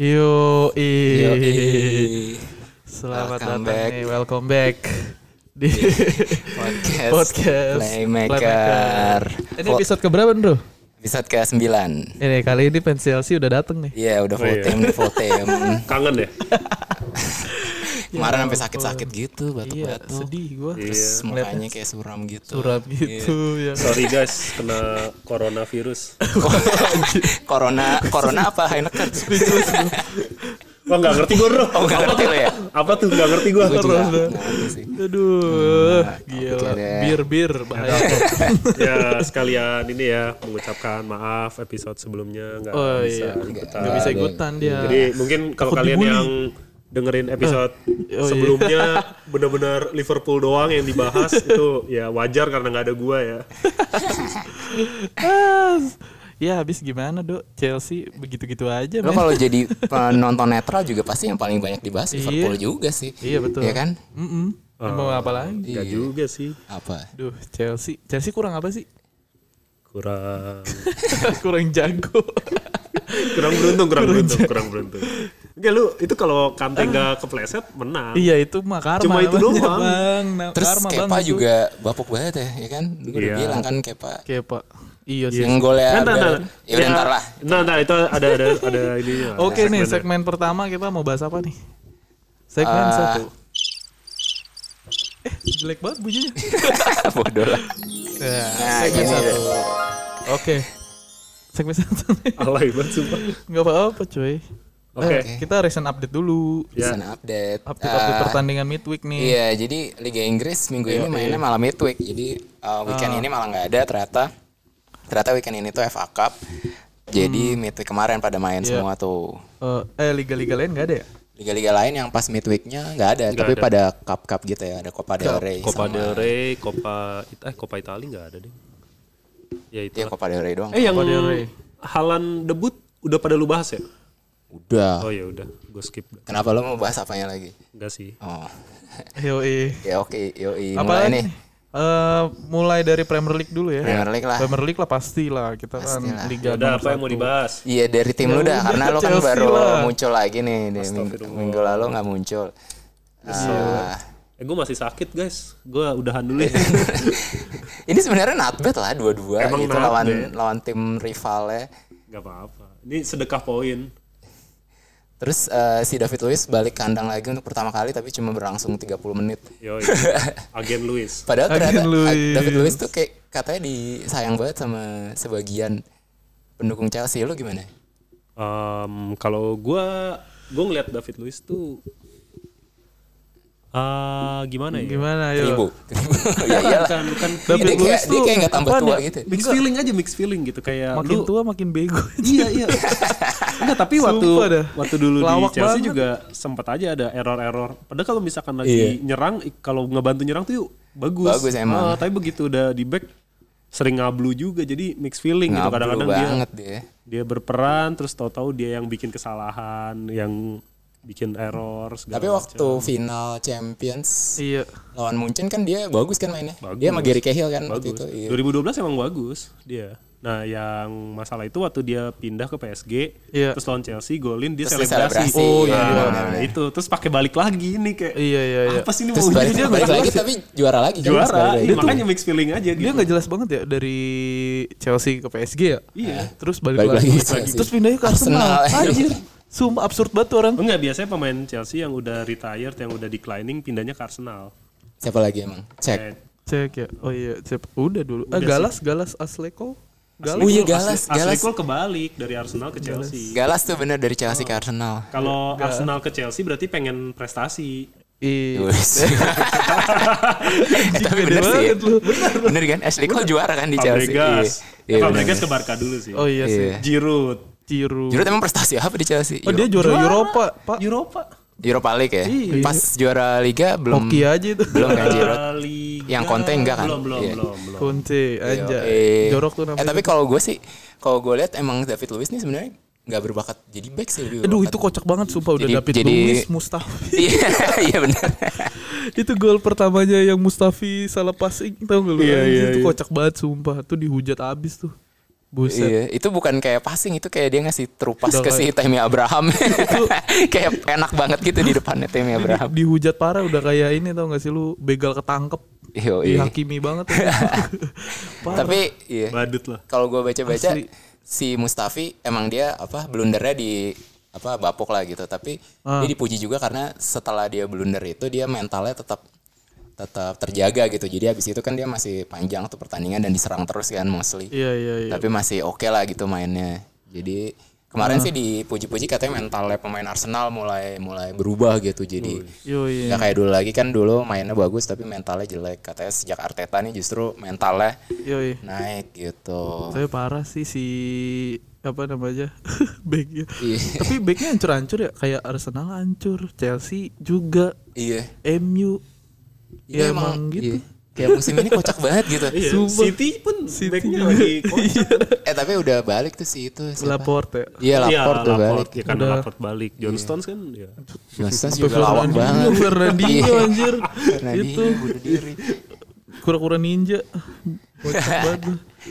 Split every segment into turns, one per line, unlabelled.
Yo,
Yoi.
selamat
Welcome
datang
back.
nih, welcome back di
Podcast,
podcast
Playmaker.
Ini
Fo-
episode keberapa bro?
episode ke 9
Ini kali ini pensil sih udah dateng nih.
Iya udah full
iya.
team, udah full team
Iya.
Kangen ya?
Kemarin sampai sakit-sakit gitu
Iya,
batuk-batuk
sedih gua.
Terus mukanya kayak suram gitu
Suram gitu ya.
Sorry guys, kena coronavirus.
Corona, corona apa Heineken?
Wah nggak ngerti gue bro.
Oh nggak ngerti lo ya?
Apa tuh nggak ngerti gue?
Gue juga nggak ngerti sih.
ya. Aduh,
topiknya
gila.
deh.
Bir-bir bahaya.
ya sekalian ini ya mengucapkan maaf episode sebelumnya nggak
Oh
bisa
iya,
ikutan.
nggak bisa ikutan dia.
Jadi mungkin kalau
Takut
kalian
dibully.
yang dengerin episode
iya.
sebelumnya benar-benar Liverpool doang yang dibahas itu ya wajar karena nggak ada gua ya.
Ah, ya habis gimana dok? Chelsea begitu-gitu aja.
Lo
men.
kalau jadi penonton netral juga pasti yang paling banyak dibahas Liverpool juga sih
Iya, betul.
Iya kan?
Mm-mm. Mau apa lagi?
Nggak juga sih
Apa?
Duh, Chelsea. Chelsea kurang apa sih?
kurang
kurang jago.
kurang beruntung kurang beruntung kurang beruntung. Enggak lu itu kalau Kante nggak kepleset menang.
iya, itu mah karma.
Cuma itu
namanya,
doang.
Bang. Nah,
Terus
karma,
Kepa
bang, itu.
juga bapuk banget ya, ya kan? Gue udah
Iya.
bilang kan Kepa
Kepa. Iya sih.
Yang golnya
Nah, nah, nah.
Ber- Ya udah ntar lah
Nah, nah, itu ada ada ada ya. ininya. ada
Oke nih,
segmennya.
segmen pertama kita mau bahas apa nih? Segmen
Ah.
satu. Eh, jelek banget bunyinya.
Bodoh lah
Ya,
Nah,
segmen
gini
satu.
deh.
Oke. Segmen satu nih.
Alay banget sumpah.
Nggak apa-apa, cuy.
Oke.
Eh, kita recent update dulu.
Ya.
Bisa update
Update-update
Eh,
pertandingan midweek nih.
Iya, jadi Liga Inggris minggu ini mainnya malam midweek. Jadi uh, weekend ini malah nggak ada ternyata. Ternyata weekend ini tuh FA Cup. Jadi midweek kemarin pada main semua tuh.
Eh, eh, liga-liga lain nggak ada ya?
Liga-liga lain yang pas midweeknya nggak ada, tapi
ada.
pada cup-cup gitu ya, ada Copa del Rey.
Copa
sama-
del Rey, Copa It- eh Copa Italia nggak ada deh. Ya itu.
Iya, Copa del Rey doang.
eh yang
Copa del Rey.
Halan debut udah pada lu bahas ya?
Udah.
Oh ya udah, gue skip. dah.
Kenapa lo mau bahas apanya lagi?
Enggak sih.
Oh.
Yoi.
Ya oke, yoi
Apa
mulai
lagi
nih.
nih? Eh, mulai dari Premier League dulu ya.
Premier League lah.
Premier League lah pastilah kita kan liga
Ya Udah
nomor
apa yang mau dibahas?
Iya dari tim lu dah karena lu kan
Chelsea
baru
lah.
muncul lagi nih di minggu, minggu lalu nggak muncul.
Iya.
Ah,
Eh gue masih sakit guys. Gue udahan dulu ya.
ini sebenarnya not bad lah dua-dua
Emang
gitu
not
lawan
bad.
lawan tim rivalnya.
Gak apa-apa. Ini sedekah poin.
Terus eh, si David Luiz balik kandang lagi untuk pertama kali tapi cuma berlangsung 30 menit.
Yo, agen Luis.
Padahal ternyata eh,
Luiz.
David Luiz tuh kayak katanya disayang banget sama sebagian pendukung Chelsea. Lu gimana?
Em, kalau gua gue ngeliat David Luiz tuh ah gimana ya?
Gimana ya?
Ribu. ya iyalah.
Kan kan
Dia
David
kayak
Luiz
dia
tuh
kayak nggak tambah
apaan
tua
ya?
gitu.
mix feeling aja mix feeling gitu kayak
Makin
lu
tua makin bego.
iya iya. Enggak, tapi waktu
Sumpah dah.
waktu dulu
Lawak
di Chelsea
banget.
juga sempat aja ada error-error. Padahal kalau misalkan lagi nyerang i- kalau ngebantu nyerang tuh yuk, bagus.
Iya. Bagus emang.
Ah, tapi begitu udah di back sering ngablu juga jadi mix feeling gitu
Ngablu
kadang-kadang dia
banget dia.
dia berperan terus tahu-tahu dia yang bikin kesalahan, yang bikin error segala
Tapi waktu final Champions
iya.
lawan Munchen kan dia bagus kan mainnya.
Bagus.
Dia sama Gary Cahill kan waktu
bagus.
itu. Iya.
2012 emang bagus dia. Nah, yang masalah itu waktu dia pindah ke PSG,
Iya.
terus lawan Chelsea, golin dia
Terus dia
selebrasi.
selebrasi. Oh,
Nah,
iya,
itu terus pakai balik lagi nih kayak
Iya, iya, iya.
apa sih ini
Terus
mau
balik,
dia
balik lagi tapi juara lagi kan. Terus
juara.
balik lagi.
Iya, makanya mix feeling aja
Dia
gitu.
nggak jelas banget ya dari Chelsea ke PSG ya?
Iya.
Terus balik,
Balik
lagi.
lagi
Balik lagi.
Chelsea.
Terus pindahnya ke Arsenal.
Arsenal.
Anjir. Sumpah absurd banget tuh orang.
Enggak biasanya pemain Chelsea yang udah retired, yang udah declining pindahnya ke Arsenal.
Siapa lagi emang? Cek.
Kayak
Cek ya. Oh iya, cek. Udah dulu. Eh, Galas, Galas Asleko. Galas.
Oh iya
Asli-
Galas,
asli
Galas.
gol kebalik dari Arsenal ke Chelsea.
Galas tuh bener dari Chelsea ke Arsenal.
Kalau Arsenal ke Chelsea berarti pengen prestasi.
Iya.
Wes. eh, tapi
Gede
bener sih. ya.
banget lu.
Bener kan? Ashley Cole juara kan di Chelsea. Iya.
Fabregas.
Iya,
Eh,
bener.
Fabregas ke Barca dulu sih.
Oh iya sih.
Iya.
Giroud.
Ciru.
Giroud emang prestasi apa di Chelsea?
Oh, dia juara Eropa, Pak.
Eropa.
Europa League ya.
Iya.
Pas juara liga belum
Hoki ya. aja itu.
belum kan Giroud.
Liga.
Yang Conte enggak kan?
Belum, belum,
Iya.
belum, belum.
Kunci aja.
Eh,
Jorok tuh
Eh
namanya.
tapi kalau gue sih kalau gue lihat emang David Luiz nih sebenarnya nggak berbakat jadi back sih lebih
Aduh
berbakat.
itu kocak banget sumpah udah
Jadi-
David
jadi-
Luiz, Mustafi.
Iya, iya benar.
itu gol pertamanya yang Mustafi salah passing tau gak lu?
Iya,
Anjir,
iya,
itu
iya.
kocak banget sumpah. Itu dihujat abis tuh. Buset.
Iya, itu bukan kayak passing, itu kayak dia ngasih terupas
Udah
ke
kayak-
si Temi Abraham. kayak enak banget gitu di depannya
Iya.
Temi Abraham.
Dihujat parah udah kayak ini tau gak sih lu begal ketangkep.
Yo, iya.
Dihakimi banget. Parah.
Tapi iya.
badut lah
Kalau gue baca-baca
Asli.
si Mustafi emang dia apa blundernya di apa bapuk lah gitu, tapi
Ah.
dia dipuji juga karena setelah dia blunder itu dia mentalnya tetap tetap terjaga gitu. Jadi habis itu kan dia masih panjang tuh pertandingan dan diserang terus kan mostly.
Iya iya iya.
tapi masih oke lah gitu mainnya jadi kemarin sih dipuji-puji katanya mentalnya pemain Arsenal mulai mulai berubah gitu jadi
Yo iya.
nggak kayak dulu lagi kan dulu mainnya bagus tapi mentalnya jelek katanya sejak Arteta nih justru mentalnya
Yo iya.
naik gitu
Tapi parah sih si apa namanya backnya.
Iya.
Tapi backnya hancur-hancur ya kayak Arsenal hancur, Chelsea juga,
iya
MU
Iya,
ya, emang, gitu.
iya. kayak musim ini kocak banget gitu
Iya,
Sumpah.
City pun
City
backnya
juga.
lagi kocak.
eh tapi udah balik tuh si itu siapa?
Laporte.
iya lapor
Iya,
tuh Iya.
Laporte.
balik
Ya, karena
Udah.
Laporte balik. John Stones kan ya.
Johnson
Sampai
juga lawak
Fernandinho,
banget Iya.
Fernandinho Gitu. anjir.
itu
Itu kura-kura ninja. Kocak banget.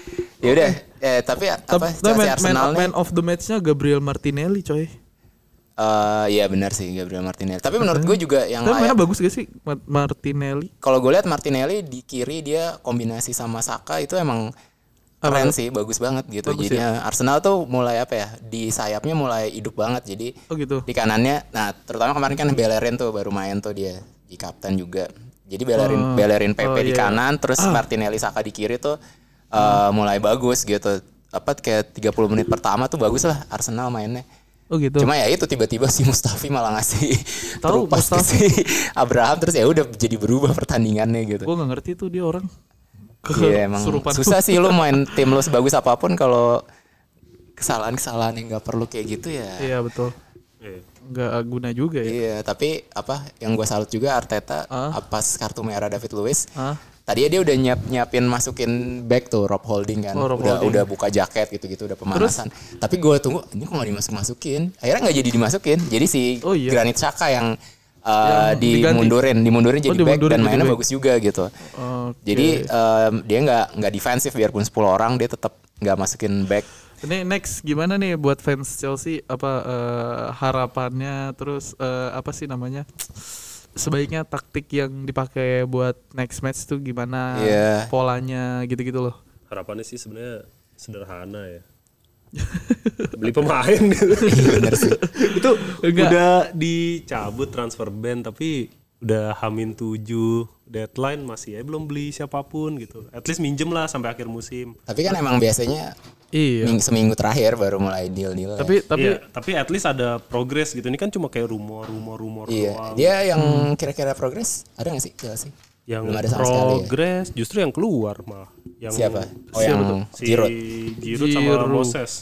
ya udah eh tapi Eh, apa
Tapi man,
Chelsea
man,
Arsenal nih
man of the match-nya Gabriel Martinelli coy.
Eh iya benar sih Gabriel Martinelli. Tapi menurut gue juga yang
Tapi mainnya
layak.
bagus gak sih Ma- Martinelli?
Kalau gue lihat Martinelli di kiri dia kombinasi sama Saka itu emang keren sih, bagus banget gitu.
Bagus ya?
Jadinya Arsenal tuh mulai apa ya? Di sayapnya mulai hidup banget. Jadi
Oh gitu.
di kanannya, nah terutama kemarin kan Bellerin tuh baru main tuh dia di kapten juga. Jadi Bellerin Bellerin PP
Oh,
di
iya.
kanan, terus Martinelli Saka di kiri tuh eh, mulai bagus gitu. Apa kayak 30 menit pertama tuh bagus lah Arsenal mainnya.
Oh gitu.
Cuma ya itu tiba-tiba si Mustafi malah ngasih
Tahu,
terupas ke si Abraham terus ya udah jadi berubah pertandingannya gitu.
Gue gak ngerti tuh dia orang.
Iya emang
Kesurupan.
susah sih lu main tim lu sebagus apapun kalau kesalahan-kesalahan yang nggak perlu kayak gitu ya. Iya,
Iya betul.
Iya.
Nggak guna juga ya.
tapi apa yang gua salut juga Arteta
Ah.
pas kartu merah David Luiz.
Hah?
Tadinya dia udah nyiap nyiapin masukin back tuh Rob Holding kan.
Oh, Rob
udah
Holding.
udah buka jaket gitu-gitu udah pemanasan. Tapi gua tunggu ini kok nggak dimasuk-masukin. Akhirnya nggak jadi dimasukin. Jadi si
Oh, iya.
Granit Xhaka yang
Yang
uh,
diganti. Oh,
dimundurin, dimundurin jadi back
dimundurin
dan
jadi
mainnya
back.
bagus juga gitu.
Oke.
Jadi um, dia nggak nggak defensif biarpun 10 orang dia tetap nggak masukin back.
Ini next gimana nih buat fans Chelsea apa eh, harapannya terus eh, apa sih namanya sebaiknya taktik yang dipakai buat next match tuh gimana
Iya.
polanya gitu-gitu loh.
Harapannya sih sebenarnya sederhana ya. Beli pemain gitu.
Iya,
itu
Enggak.
udah dicabut transfer ban tapi udah hamin 7 deadline masih ya belum beli siapapun gitu. At least minjem lah sampai akhir musim.
Tapi kan emang biasanya
Iya.
ming- seminggu terakhir baru mulai deal-deal. ya.
Hmm. Tapi tapi
Iya, tapi at least ada progres gitu. Ini kan cuma kayak rumor, rumor, rumor
Iya,
doang.
dia yang kira-kira progres ada nggak sih Chelsea?
Yang
Belum ada sama sekali. ya?
progres justru yang keluar malah. Yang
Siapa? Oh
Siapa
yang
Si
Giroud.
Giroud sama
Giroud.
Moses.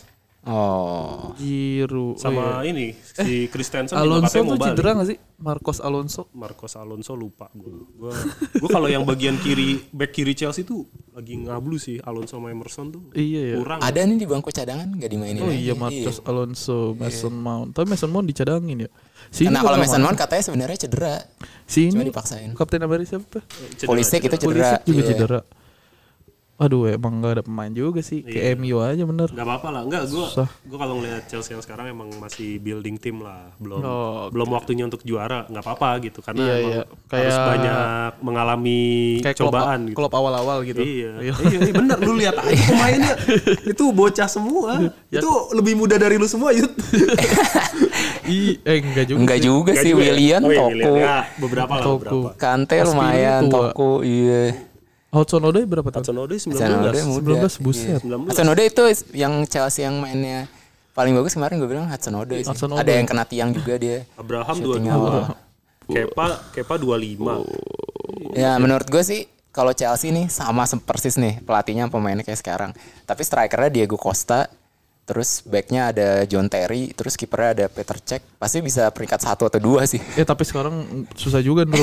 Oh,
Giroud oh iya.
sama ini si Kristensen juga
Alonso
katanya
tuh
mau balik.
cedera gak sih? Marcos Alonso.
Marcos Alonso lupa gue. Gue gue kalau yang bagian kiri back kiri Chelsea tuh lagi ngablu sih Alonso sama Emerson tuh
Iya ya.
kurang.
ada nih di bangku cadangan nggak dimainin?
Oh
lagi.
iya Marcos Alonso, Mason Mount. Tapi Mason Mount dicadangin ya. Si ini
Karena Iya. Nah, kalau
bakal
Mason
main.
Mount katanya sebenarnya cedera.
si ini
Cuma dipaksain.
Kapten Ameri siapa?
Cedera,
Polisi itu cedera.
Pulisic juga
Iya.
cedera. Aduh emang gak ada pemain juga sih.
Iya.
Ke MU aja bener.
Gak apa-apa lah, enggak gue
Susah.
gue kalau ngeliat Chelsea yang sekarang emang masih building tim lah, belum
Oh,
belum waktunya untuk juara, nggak apa-apa gitu karena
Iya,
emang
iya.
harus
Kayak-
banyak mengalami
Kayak
cobaan
klub,
gitu.
klub awal-awal gitu.
Iya, iya, iya, bener lu lihat aja pemainnya itu bocah semua,
Iya.
itu lebih muda dari lu semua Yud.
I, eh enggak juga.
Enggak juga sih William
Oh iya,
Toko.
Willian. Ya, beberapa lah,
Toko.
beberapa.
Kante
Aspilicueta.
lumayan Toko, iya.
Hudson Odoi berapa tahun?
Sonode 19.
Hasanode muda.
19 buset.
Iya. 19.
Hasanode itu yang Chelsea yang mainnya paling bagus kemarin gue bilang Hasanode sih.
Hasanode.
Ada yang kena tiang juga dia.
Abraham
Shooting
22.
awal.
Kepa Kepa 25.
Ya menurut gue sih kalau Chelsea nih sama se- persis nih pelatihnya pemainnya kayak sekarang. Tapi strikernya Diego Costa, terus backnya ada John Terry, terus kipernya ada Peter Cech. Pasti bisa peringkat satu atau dua sih.
Eh tapi sekarang susah juga bro.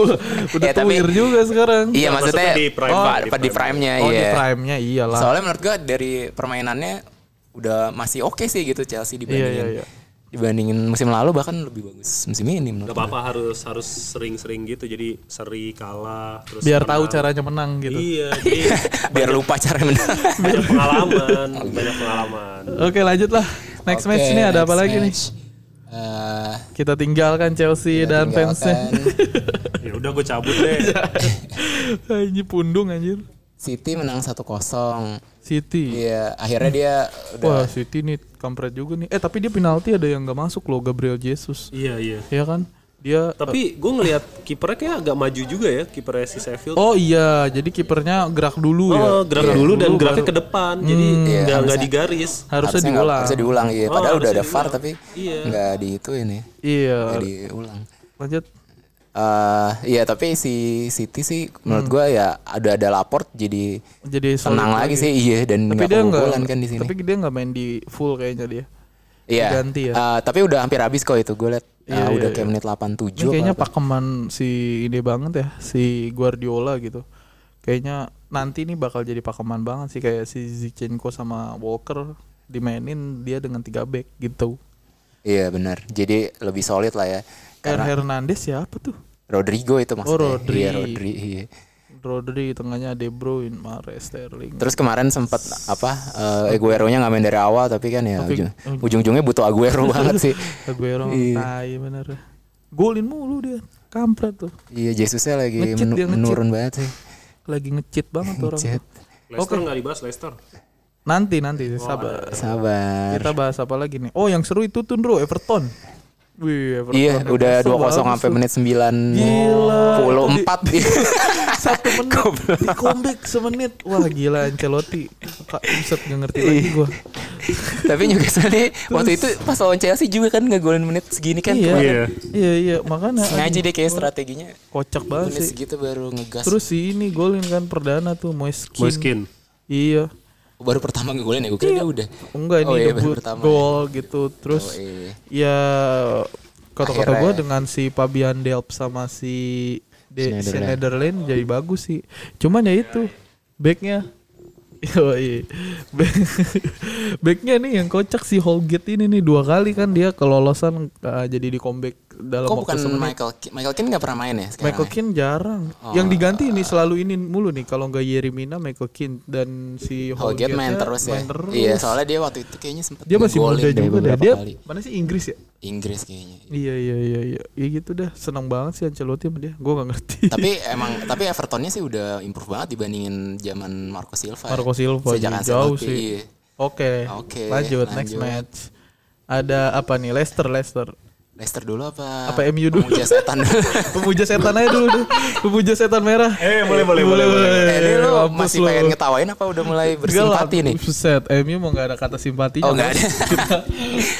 Udah
Ya, tapi-
tuir juga sekarang.
Iya
maksudnya
maksudnya
di prime,
oh,
Pak, di
di prime-nya
Oh
iya.
di prime-nya iyalah.
Soalnya menurut gue dari permainannya udah masih oke sih gitu Chelsea dibandingin
Iya, iya, iya.
dibandingin musim lalu bahkan lebih bagus musim ini menurut gue.
Gak apa-apa harus harus sering-sering gitu jadi seri kalah terus
biar tahu
menang.
caranya menang gitu.
iya jadi
biar lupa cara menang.
banyak pengalaman banyak pengalaman
Oke, lanjut lah. Next
Oke,
match ini ada apa
next
lagi nih?
match. Eh,
Kita tinggalkan Chelsea
kita
dan fansnya.
tinggalkan.
ya udah gue cabut deh
Iya. Ini pundung anjir.
City menang 1-0.
City.
Iya, akhirnya dia udah
Wah, City nih kampret juga nih. Eh, tapi dia penalti ada yang nggak masuk loh Gabriel Jesus.
iya iya
Iya kan? Dia
tapi gue ngelihat kipernya kayak agak maju juga ya kipernya si Sheffield
Oh iya, jadi kipernya gerak dulu ya.
Oh, gerak dulu dan geraknya ke depan jadi
Hmm.
nggak nggak digaris
Oh, Harusnya
nggak-
diulang.
harusnya diulang, iya.
Oh,
Padahal udah
harusnya
ada VAR
diulang.
tapi
Iya.
nggak di itu ini,
Iya.
nggak diulang.
Lanjut.
Eh, iya tapi si City sih menurut gua ya ada ada Laporte jadi
Jadi Hmm. solid
tenang lagi sih iya
Tapi
dan nggak
dia nggak
kebobolan kan di sini.
Tapi dia nggak main di full kayaknya dia.
Iya.
diganti ya.
Eh, tapi udah hampir habis kok itu gue liat. Eh,
Iya,
udah
iya,
kayak
iya.
menit 87
Ini kayaknya
apa.
pakeman si ini banget ya, si Guardiola gitu. Kayaknya nanti nih bakal jadi pakeman banget sih kayak si Zinchenko sama Walker dimainin dia dengan tiga back gitu.
Iya benar. Jadi lebih solid lah ya.
Karena
Karena
Hernandez siapa tuh?
Rodrigo itu maksudnya.
Oh, Rodri.
Iya, Rodri. Iya.
Rodri tengahnya De Bruyne, Mahrez, Sterling.
Terus kemarin sempat apa eh, Aguero-nya nggak main dari awal tapi kan ya
Tapi- oh.
ujung, ujung-ujungnya butuh Aguero banget sih.
Aguero
Iya.
tai bener. Golin mulu dia. Kampret tuh.
Iya, Jesusnya lagi
Ngecit
menu-
dia, ngecit.
menurun banget sih.
Lagi ngecit banget orang.
Ngecit.
tuh. kan.
Leicester nggak dibahas Leicester
Nanti nanti sabar.
Sabar.
Kita bahas apa lagi nih? Oh, yang seru itu tuh Bro, Everton. Wih, Everton.
Iya, udah
Newcastle
2-0
bagus
sampai
tuh.
menit 9
Gila.
puluh empat.
Satu menit di comeback semenit. Wah, gila Ancelotti. Kak Buset gak ngerti
Iya.
lagi gua.
Tapi Newcastle nih waktu itu pas lawan Chelsea juga kan ngegolin menit segini kan.
Iya.
kemarin.
Iya, iya, makanya
Sengaja
aduh,
deh kayak strateginya.
kocak banget
Menit
sih.
segitu baru ngegas.
Terus si ini golin kan perdana tuh Moiskin.
Moiskin
Iya.
baru pertama ngegolin ya gue kira dia udah.
Enggak ini
Oh iya, baru
debut
pertama
gol gitu. Terus
Oh, iya.
ya kata-kata
Akhirnya. ya.
gue dengan si Fabian Delp sama si De
Schneiderlin.
Schneiderlin jadi bagus sih. Cuman ya itu backnya. Yoi. Back- Backnya nih yang kocak si Holgate ini nih dua kali kan dia kelolosan uh, jadi di comeback dalam
Kok
waktu
bukan
semenit.
Michael Keane? Michael Keane nggak pernah main ya sekarang?
Michael
ya?
Keane jarang. yang diganti ini selalu ini mulu nih kalau nggak Yerimina, Michael Keane dan si
Holgate main
Holgate-nya
terus ya.
main terus.
Iya, soalnya dia waktu itu kayaknya sempet
Dia masih
ngegolin
muda
deh
juga deh.
beberapa
Dia
kali.
mana sih Inggris ya?
Inggris kayaknya.
Iya iya iya iya. Ya gitu dah. Senang banget sih Ancelotti sama dia. Gua nggak ngerti.
tapi emang tapi Evertonnya sih udah improve banget dibandingin zaman Marco Silva. ya.
Marco Silva
Sejak
iya,
Ancelotti,
jauh
iya.
sih. Oke.
Oke,
Lanjut next
lanjut.
match. Ada apa nih? Leicester Leicester.
Leicester dulu apa?
Apa MU dulu?
Pemuja setan Eh, dulu.
Pemuja setan aja dulu deh. Pemuja setan merah.
eh boleh boleh boleh, boleh.
eh, ini lu
mampus
masih
lu.
pengen ngetawain apa udah mulai bersimpati nih?
Buset, MU mau gak ada kata simpatinya.
Oh, nggak ada.
kita,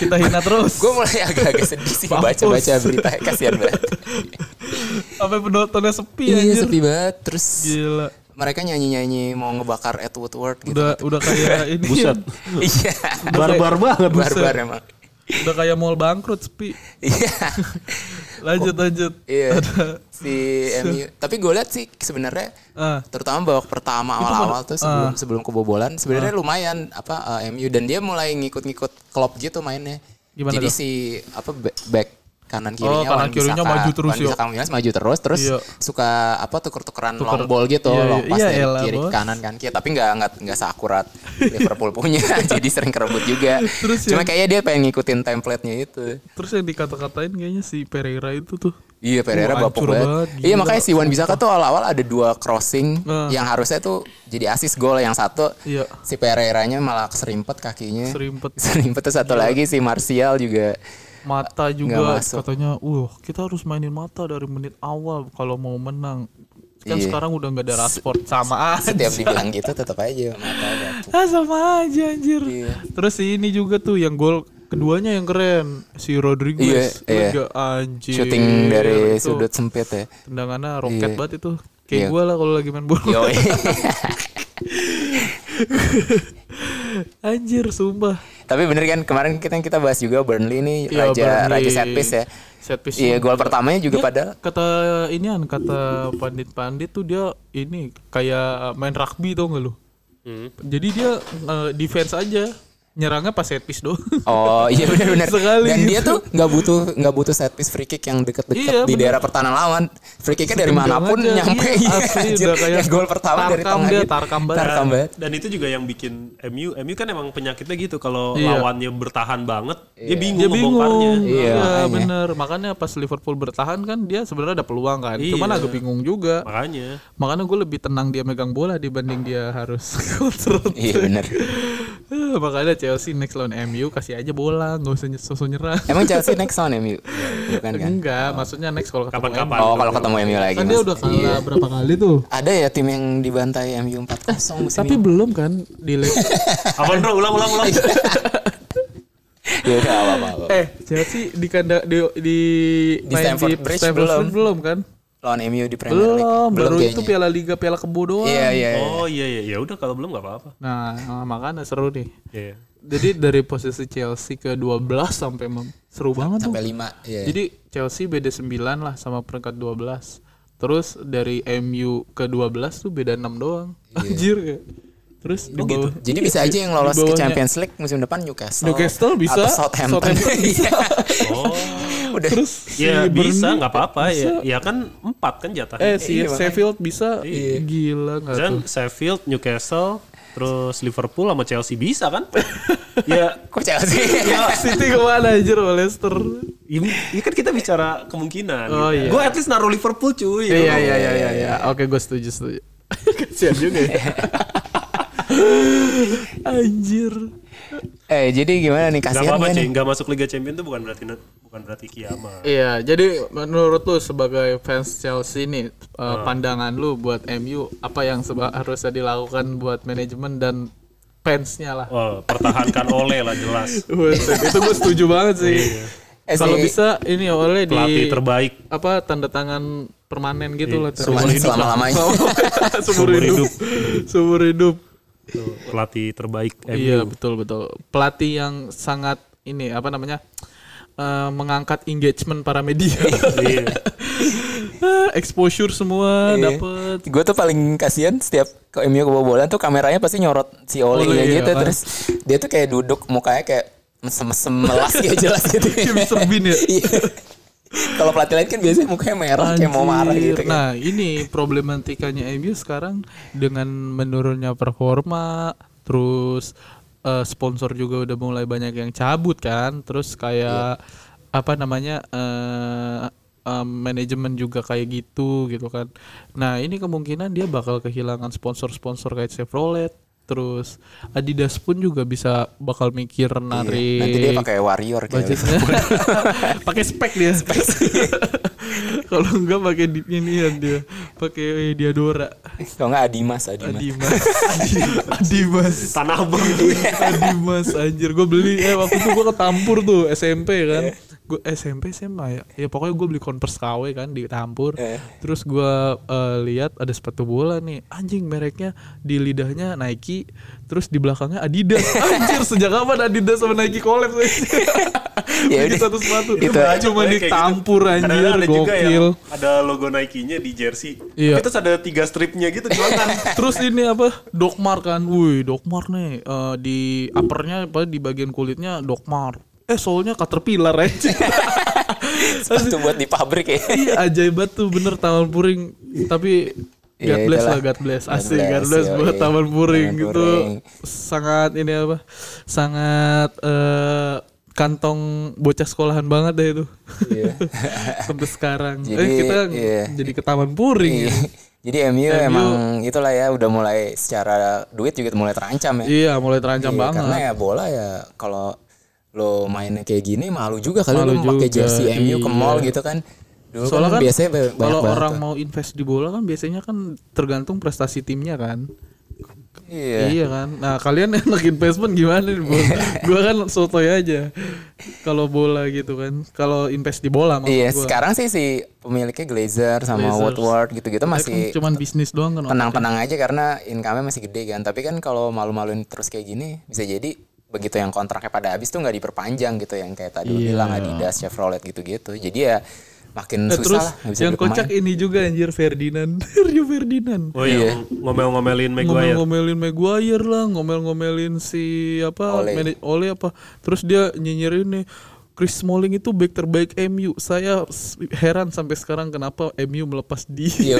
kita hina terus.
Gue mulai agak-agak sedih sih
Mampus.
baca-baca berita kasihan banget.
Sampai penontonnya sepi
iya
anjir. Iya.
sepi Gitu. banget. Terus
Gila.
mereka nyanyi-nyanyi mau ngebakar Ed Woodward gitu.
Udah udah kayak ini.
Buset.
Iya.
barbar banget
Barbar emang.
Udah kayak mall bangkrut sepi.
Iya.
Lanjut lanjut.
Iya. Si MU. Tapi gue lihat sih sebenarnya
Ah.
terutama babak pertama awal-awal tuh sebelum sebelum kebobolan sebenarnya
Ah.
lumayan apa eh, MU dan dia mulai ngikut-ngikut klop gitu mainnya.
Gimana
Jadi
tuh?
si apa ba- back kanan kirinya
Oh, kanan
Wan-Bissaka-
kirinya maju terus
Wan-Bissaka
ya.
Martinez maju terus terus
Iya.
suka apa tuker-tukeran long ball gitu
Iya, iya.
long pass
Iya,
dari
elah,
kiri ke
bos.
kanan kan kiri tapi nggak nggak nggak seakurat Liverpool punya jadi sering kerebut juga
Terus iya.
cuma
yang-
kayaknya dia pengen ngikutin template-nya itu
Terus yang dikata-katain kayaknya si Pereira itu tuh.
Iya Pereira
Wah,
bapuk
hancur
banget.
banget,
Iya
gila.
makanya si Wan Bisaka tuh awal-awal ada dua crossing
Nah.
yang harusnya tuh jadi asis gol yang satu.
Iya.
Si Pereiranya malah serimpet kakinya.
Serimpet.
Serimpet tuh
Iya.
satu lagi si Martial juga.
Mata juga
Nggak masuk.
katanya, "Uh, kita harus mainin mata dari menit awal kalau mau menang." Kan
Iya.
sekarang udah nggak ada rasport sama aja.
Setiap dibilang gitu tetap aja mata bapuk.
Ah, sama aja anjir.
Iya.
Terus si ini juga tuh yang gol keduanya yang keren, si Rodriguez.
Iya, iya.
Liga, anjir. iya,
Shooting dari
Itu
sudut sempit ya.
Tendangannya roket
Iya.
banget itu. Kayak
Iya.
gua lah kalau lagi main bola.
Yoi.
Anjir, sumpah.
Tapi bener kan kemarin kita kita bahas juga Burnley nih
Iya,
raja
Burnley.
raja set piece ya.
Set piece.
Iya gol pertamanya juga padahal
Kata ini kan kata pandit-pandit tuh dia
Hmm.
ini kayak main rugby tau gak lu? Jadi dia eh, e, defense aja. nyerangnya pas set piece doang.
Oh iya benar-benar.
Sekali
Dan dia
gitu.
tuh nggak butuh nggak butuh set piece free kick yang deket-deket
Iya, bener.
di daerah pertahanan lawan. Free kicknya dari
Tendang
manapun
aja.
nyampe.
Iya, asli,
anjir.
udah kayak
Dan gol pertama dari
tarkam
tengah
dia,
gitu.
tarkam banget.
Tarkam banget.
Dan itu juga yang bikin MU MU kan emang penyakitnya gitu kalau
Iya.
lawannya bertahan banget
dia
dia bingung Oh, ngebongkarnya.
bingung.
Iya, makanya.
bener. Makanya pas Liverpool bertahan kan dia sebenarnya ada peluang kan. Cuman
Iya.
agak bingung juga.
Makanya
Makanya gue lebih tenang dia megang bola dibanding dia harus kontrol. Ah,
Iya benar.
Makanya Chelsea next lawan MU kasih aja bola, nggak usah nyes- sosok nyerang.
Emang Chelsea next lawan MU? Iya, Bukan kan?
Enggak, maksudnya next kalau ketemu
kapan-kapan.
Oh kalau ketemu MU
MU.
lagi.
Kan dia
Mas.
udah kalah berapa kali tuh?
Ada ya tim yang dibantai MU 4-0 musim
Eh, Tapi
ini?
belum kan di leg-
Apaan bro? Ulang ulang ulang.
Iya.
Ya udah apa-apa. apa-apa.
eh Chelsea di kanda di di, main
Stamford Bridge
Stamford
belum.
Bridge belum kan?
Lawan MU di Premier
Belum,
League.
baru itu
kayaknya.
Piala Liga Piala Kebo doang.
Iya iya. iya.
Oh iya iya ya udah kalau belum nggak apa-apa.
Nah, nah, makanya seru nih.
Iya.
Jadi dari posisi Chelsea ke 12 sampai mem- seru banget tuh.
Sampai 5. Iya.
Jadi Chelsea beda 9 lah sama peringkat 12. Terus dari MU ke 12 tuh beda 6 doang. Anjir kayak. Terus di bawah
Iya. Oh gitu. Jadi bisa aja yang lolos
Di
ke
bawahnya.
Champions League musim depan Newcastle.
Newcastle bisa,
Atau Southampton.
Southampton
Iya.
Oh.
Udah.
terus
Ya
Burnley-
bisa nggak apa-apa ya. Ya kan empat kan
Eh
jatahnya.
si Sheffield bisa
Iya.
gila nggak tuh?
Dan Sheffield, Newcastle, terus Liverpool sama Chelsea bisa kan? ya,
Kok Chelsea?
City kemana anjir sama Leicester?
ini ini kan kita bicara kemungkinan.
Oh, iya.
Gue at least naruh Liverpool cuy.
Iya iya iya iya iya. Oke gue setuju setuju. Kasihan juga ya. Anjir.
eh jadi gimana nih
Gak
kasihan
apa-apa
gak
cuy,
nih?
gak masuk Liga Champions itu bukan berarti bukan berarti kiamat.
Iya, jadi menurut lu sebagai fans Chelsea nih, eh,
Hmm.
pandangan lu buat MU apa yang seba- harusnya dilakukan buat manajemen dan fansnya lah?
Oh, pertahankan oleh lah jelas.
Buset, itu gue setuju banget sih.
Eh,
Kalau
si-
bisa ini oleh di
Iya. Pelatih terbaik Iya,
apa tanda tangan permanen gitu lah terus.
Selama- selama-lamanya.
Seumur hidup. Seumur hidup.
tuh, pelatih terbaik MU.
Iya betul betul. Pelatih yang sangat ini apa namanya eh, mengangkat engagement para media,
Iya.
exposure semua
Iya.
dapet.
Gue tuh paling kasihan setiap ke MU kebobolan tuh kameranya pasti nyorot si Oli
Ole,
ya
iya,
gitu
kan.
terus dia tuh kayak duduk mukanya kayak mesem-mesem melas ya jelas gitu.
Kim Serbin ya.
Iya. Kalau pelatih lain kan biasanya mukanya merah kayak mau marah
Anjir.
gitu kan.
Nah ini problematikanya MU sekarang dengan menurunnya performa, terus eh, sponsor juga udah mulai banyak yang cabut kan, terus kayak
Iya.
apa namanya eh, eh, manajemen juga kayak gitu gitu kan. Nah ini kemungkinan dia bakal kehilangan sponsor-sponsor kayak Chevrolet, terus Adidas pun juga bisa bakal mikir narik
Iya, Nanti dia pakai warrior kayak gitu.
budgetnya pakai spek dia kalau enggak pakai di inian dia pakai diadora
Kalau nggak Adimas, Adimas.
Adimas Adimas
Tanah Abang.
Adimas anjir gue beli eh waktu itu gue ketampur tuh SMP kan
Eh.
gue SMP SMA ya ya pokoknya gue beli Converse KW kan di Tampur terus gue eh, lihat ada sepatu bola nih anjing mereknya di lidahnya Nike terus di belakangnya Adidas anjir sejak kapan Adidas sama Nike collab
Ya
ya
udah.
satu sepatu
Itu
itu cuma
Kayak gitu.
ditampur anjir
Kadang-kadang ada juga
gokil
yang ada logo Nike-nya di jersey.
Iya.
Tapi terus ada tiga stripnya gitu di lengan.
Terus ini apa? Dokmar kan. Wih, Dokmar nih eh, di uppernya apa di bagian kulitnya Dokmar. Eh, soalnya caterpillar eh. aja.
Sepatu buat di pabrik ya.
Iya, ajaib banget tuh bener Taman Puring. Tapi God
Iya,
bless
itulah.
lah, God bless.
God
Asik, God
bless,
bless
yoi.
buat Taman Puring
Taman
gitu.
Puring.
Sangat ini apa? Sangat eh, kantong bocah sekolahan banget deh itu. Sampai sekarang. eh,
Iya. Jadi,
kita
iya.
jadi ke Taman Puring. ya?
Iya. Jadi MU emang itulah ya udah mulai secara duit juga mulai terancam ya.
Iya, mulai terancam
Iya,
banget.
Karena ya bola ya kalau lo mainnya kayak gini malu juga kali
Malu
lo pakai
juga,
jersey MU ke
iya.
mall gitu kan. Dulu
Soalnya
kan,
kan
biasanya ba- banyak
kalau
banget
orang
tuh.
mau invest di bola kan biasanya kan tergantung prestasi timnya kan.
Iya.
Iya kan. Nah kalian enak investment gimana nih? Bro? Gua kan sotoy aja. Kalau bola gitu kan. Kalau invest di bola maksud
Iya,
gua.
sekarang sih si pemiliknya Glazer sama
Glazers.
Woodward gitu-gitu
Mereka
masih
kan cuman bisnis doang kan.
tenang-tenang aja karena income-nya masih gede kan. Tapi kan kalau malu-maluin terus kayak gini bisa jadi begitu yang
Iya.
kontraknya pada habis tuh nggak diperpanjang gitu yang kayak tadi lu bilang Adidas, Chevrolet gitu-gitu. Jadi ya makin
Nah,
susah
terus
lah nggak bisa
yang
beli pemain.
kocak ini juga anjir Ferdinand. Rio Ferdinand.
Oh
Iya.
iya, ngomel-ngomelin Maguire.
Ngomel-ngomelin Maguire lah, ngomel-ngomelin si apa
Ole.
Ole. Ole apa. Terus dia nyinyirin nih Chris Smalling itu back terbaik MU. Saya s- heran sampai sekarang kenapa MU melepas dia.
Iya.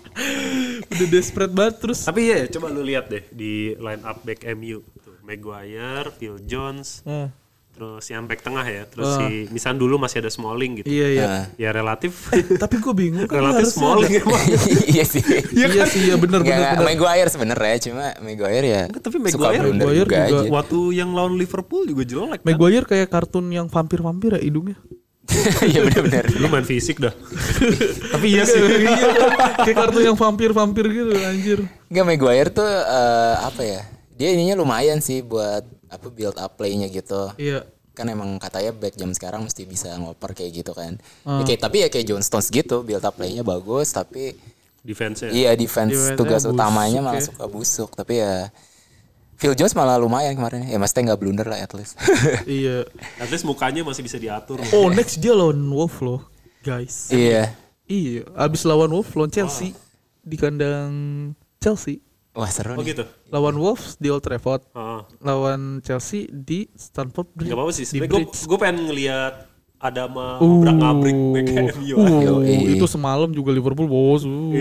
Udah desperate banget terus.
Tapi iya, coba lu lihat deh di line up back MU. Tuh, Maguire, Phil Jones,
Nah,
terus yang back tengah ya. Terus si misalnya dulu masih ada Smalling gitu.
Ah. iya iya.
Nah,
Ya relatif
Tapi gue bingung kan harusnya
relatif
ada-
Smalling emang.
iya sih
Iya,
kan?
sih, iya bener
Nggak,
bener.
nggak,
bener.
Maguire sebenarnya cuma Maguire ya
tapi
suka
Maguire-
blunder
Maguire
juga,
juga.
aja.
Waktu yang lawan Liverpool juga jelek. kan?
Maguire kayak kartun yang vampir-vampir ya hidungnya.
Iya benar-benar.
Lu main fisik dah. tapi iya sih.
Iya, kayak kartun yang vampir-vampir gitu anjir.
Enggak Maguire tuh eh, apa ya? Dia ininya lumayan sih buat apa build up play-nya gitu.
Iya.
Kan emang katanya back jam sekarang mesti bisa ngoper kayak gitu kan.
Ah.
Ya kayak- tapi ya kayak John Stones gitu, build up play-nya bagus tapi
Defense-nya.
iya defense
Defense-nya
tugas
busuk
utamanya
ya.
malah suka busuk, tapi ya Phil Jones malah lumayan kemarin. Ya maksudnya nggak blunder lah at least.
Iya.
At least mukanya masih bisa diatur.
Oh, next dia lawan Wolf loh, guys.
iya.
Iya, abis lawan Wolf lawan Chelsea di kandang Chelsea.
Wah seru
Oh
nih.
gitu.
Lawan Wolves di Old Trafford,
Heeh.
lawan Chelsea di Stamford Bridge.
Gak apa-apa sih.
Di
Sebenernya
Bridge.
gue pengen ngeliat Adama
Uh,
obrak ngabrik BKMU.
uh,
Yoi.
itu semalam juga Liverpool bos. Uh,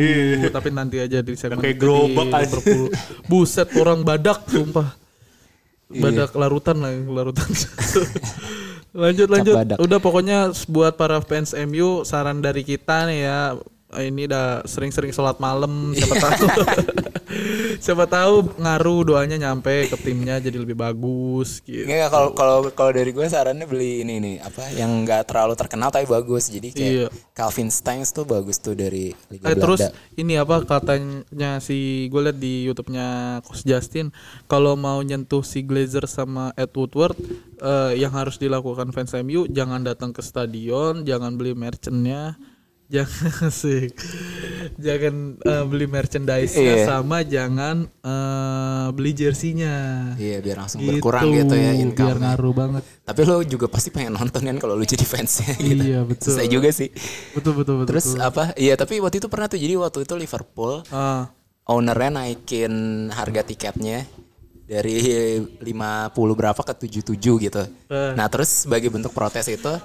tapi nanti aja di segmen itu
Iya. Kayak
di
gerobak aja.
Liverpool. Buset orang badak sumpah. Badak larutan lah, larutan. lanjut lanjut.
badak.
Udah pokoknya buat para fans MU saran dari kita nih ya ini udah sering-sering sholat malam siapa tahu siapa tahu ngaruh doanya nyampe ke timnya jadi lebih bagus gitu.
Nggak, nggak, kalau kalau kalau dari gue sarannya beli ini nih apa yang nggak terlalu terkenal tapi bagus jadi kayak
Iya.
Calvin Stengs tuh bagus tuh dari
Eh,
Liga
terus
Belanda.
ini apa katanya si gue liat di YouTube-nya Coach Justin kalau mau nyentuh si Glazer sama Ed Woodward eh, yang harus dilakukan fans MU jangan datang ke stadion, jangan beli merchantnya, jangan sih, jangan eh, beli merchandise-nya
Iya.
sama jangan eh, beli jersinya.
Iya biar langsung berkurang gitu ya
biar
income.
ngaruh banget.
Tapi lo juga pasti pengen nonton kan kalau lo jadi fansnya gitu.
Iya, betul.
Susah juga sih.
Betul betul betul.
Terus apa? Iya tapi waktu itu pernah tuh jadi waktu itu Liverpool
Ah,
ownernya naikin harga tiketnya dari 50 berapa ke 77 gitu.
Eh.
Nah, terus sebagai bentuk protes itu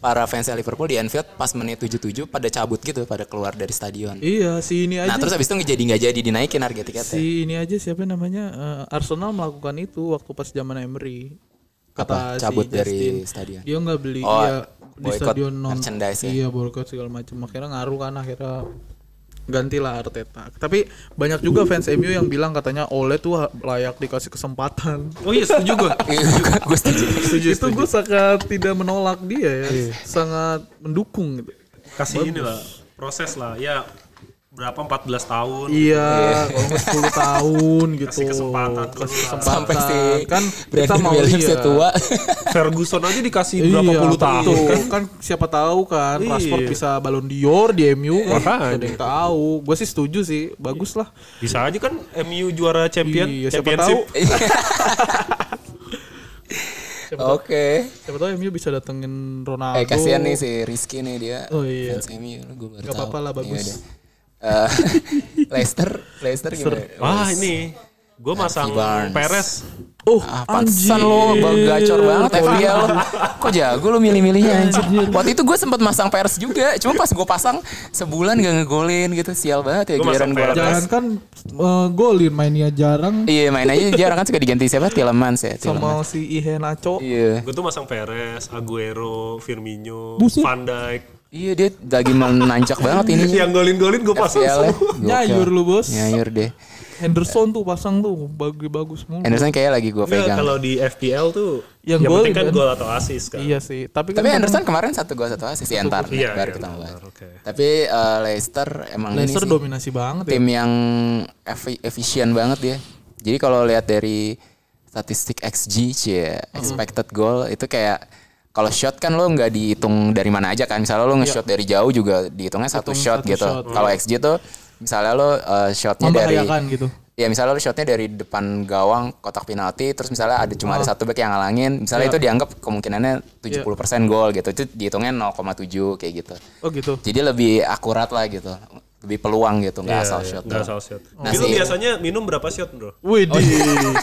para fans Liverpool di Anfield pas menit 77 pada cabut gitu, pada keluar dari stadion.
iya si ini aja
Nah, terus habis itu jadi nggak jadi dinaikin harga tiketnya.
si ini aja siapa namanya eh, Arsenal melakukan itu waktu pas zaman Emery
Apa?
kata si
Cabut dari
Justin Iya.
stadion.
dia nggak beli
Oh,
dia di
boykot
stadion non
merchandise ya?
iya boykot segala macam akhirnya ngaruh kan akhirnya gantilah Arteta tapi banyak juga fans MU yang bilang katanya Ole tuh ha- layak dikasih kesempatan
Oh iya setuju gue.
gue setuju.
itu gue sangat tidak menolak dia ya sangat mendukung gitu
Kasih ini lah. Proses lah. Ya berapa 14 tahun.
Iya, kalau nggak 10 tahun gitu.
Kasih kesempatan dulu
Kasih
lah.
kesempatan.
Sampai si
kan kita
Brandon
mau
Williams
iya.
ya tua.
Ferguson aja dikasih berapa
Iya,
puluh tahun.
betul.
Kan?
kan siapa tahu kan
Iya.
Rashford bisa Ballon d'Or di MU kan
Makanya.
Nggak ada yang tahu gue sih setuju sih bagus lah
Bisa aja kan MU juara champion.
Iya, siapa
championship.
tahu
Oke.
siapa tahu MU bisa datengin Ronaldo
Eh kasihan nih si Rizky nih dia.
Oh, iya.
Fans MU lu gue baru
Nggak
tahu.
apa-apa lah,
Iya,
bagus.
udah. Eh, Leicester, Leicester gimana?
Wah ini. Gue masang
Barnes.
Perez.
oh
Ah,
anjir
pantesan lo gacor banget FBL lo. Kok jago lo milih-milihnya anjir. Waktu itu gue sempat masang Pers juga, cuma pas gue pasang sebulan gak ngegolin gitu, sial banget ya
Gua
giliran
masang
gue
Perez.
jangan kan eh, golin mainnya jarang
Iya main aja jarang kan suka diganti siapa Tielemans ya
sama
Tielemans.
si Ihe Nacho
Iya.
Gue tuh masang Perez, Aguero, Firmino,
Buset.
Van Dijk.
Iya dia lagi menanjak banget ini.
Yang golin-golin gue
FPL
pasang
ya.
semua.
Gokil.
Nyayur lu, Bos.
Nyayur deh.
Henderson tuh pasang tuh bagi bagus mulu
Anderson kayaknya lagi gue
Enggak,
pegang.
kalau di FPL tuh
Yang
yang, penting
golin
kan
kan?
gol atau asis kan.
iya sih tapi kan
Tapi Anderson kemarin satu gol satu asis ya ntar
Iya,
baru
iya,
kita
ntar,
bahas.
oke.
Tapi eh, Leicester emang
Leicester
ini sih
dominasi banget ya
tim yang efi- efisien banget dia. Jadi kalau lihat dari statistik XG cie,
Hmm.
expected goal itu kayak kalau shot kan lo nggak dihitung dari mana aja kan. Misalnya lo nge-shot dari jauh juga dihitungnya satu shot
Iya. satu
gitu.
shot.
Kalau XG tuh misalnya lo eh, shotnya dari
membahayakan gitu
ya misalnya lu shotnya dari depan gawang kotak penalti terus misalnya ada cuma ada
Ah.
satu back yang ngalangin misalnya
Iya.
itu dianggap kemungkinannya 70% gol gitu itu dihitungnya 0,7 kayak gitu
Oh gitu.
jadi lebih akurat lah gitu lebih peluang gitu nggak asal shot
Iya, Nggak
doang.
asal shot.
Nah,
Gitu
sih.
biasanya minum berapa shot bro?
Widih.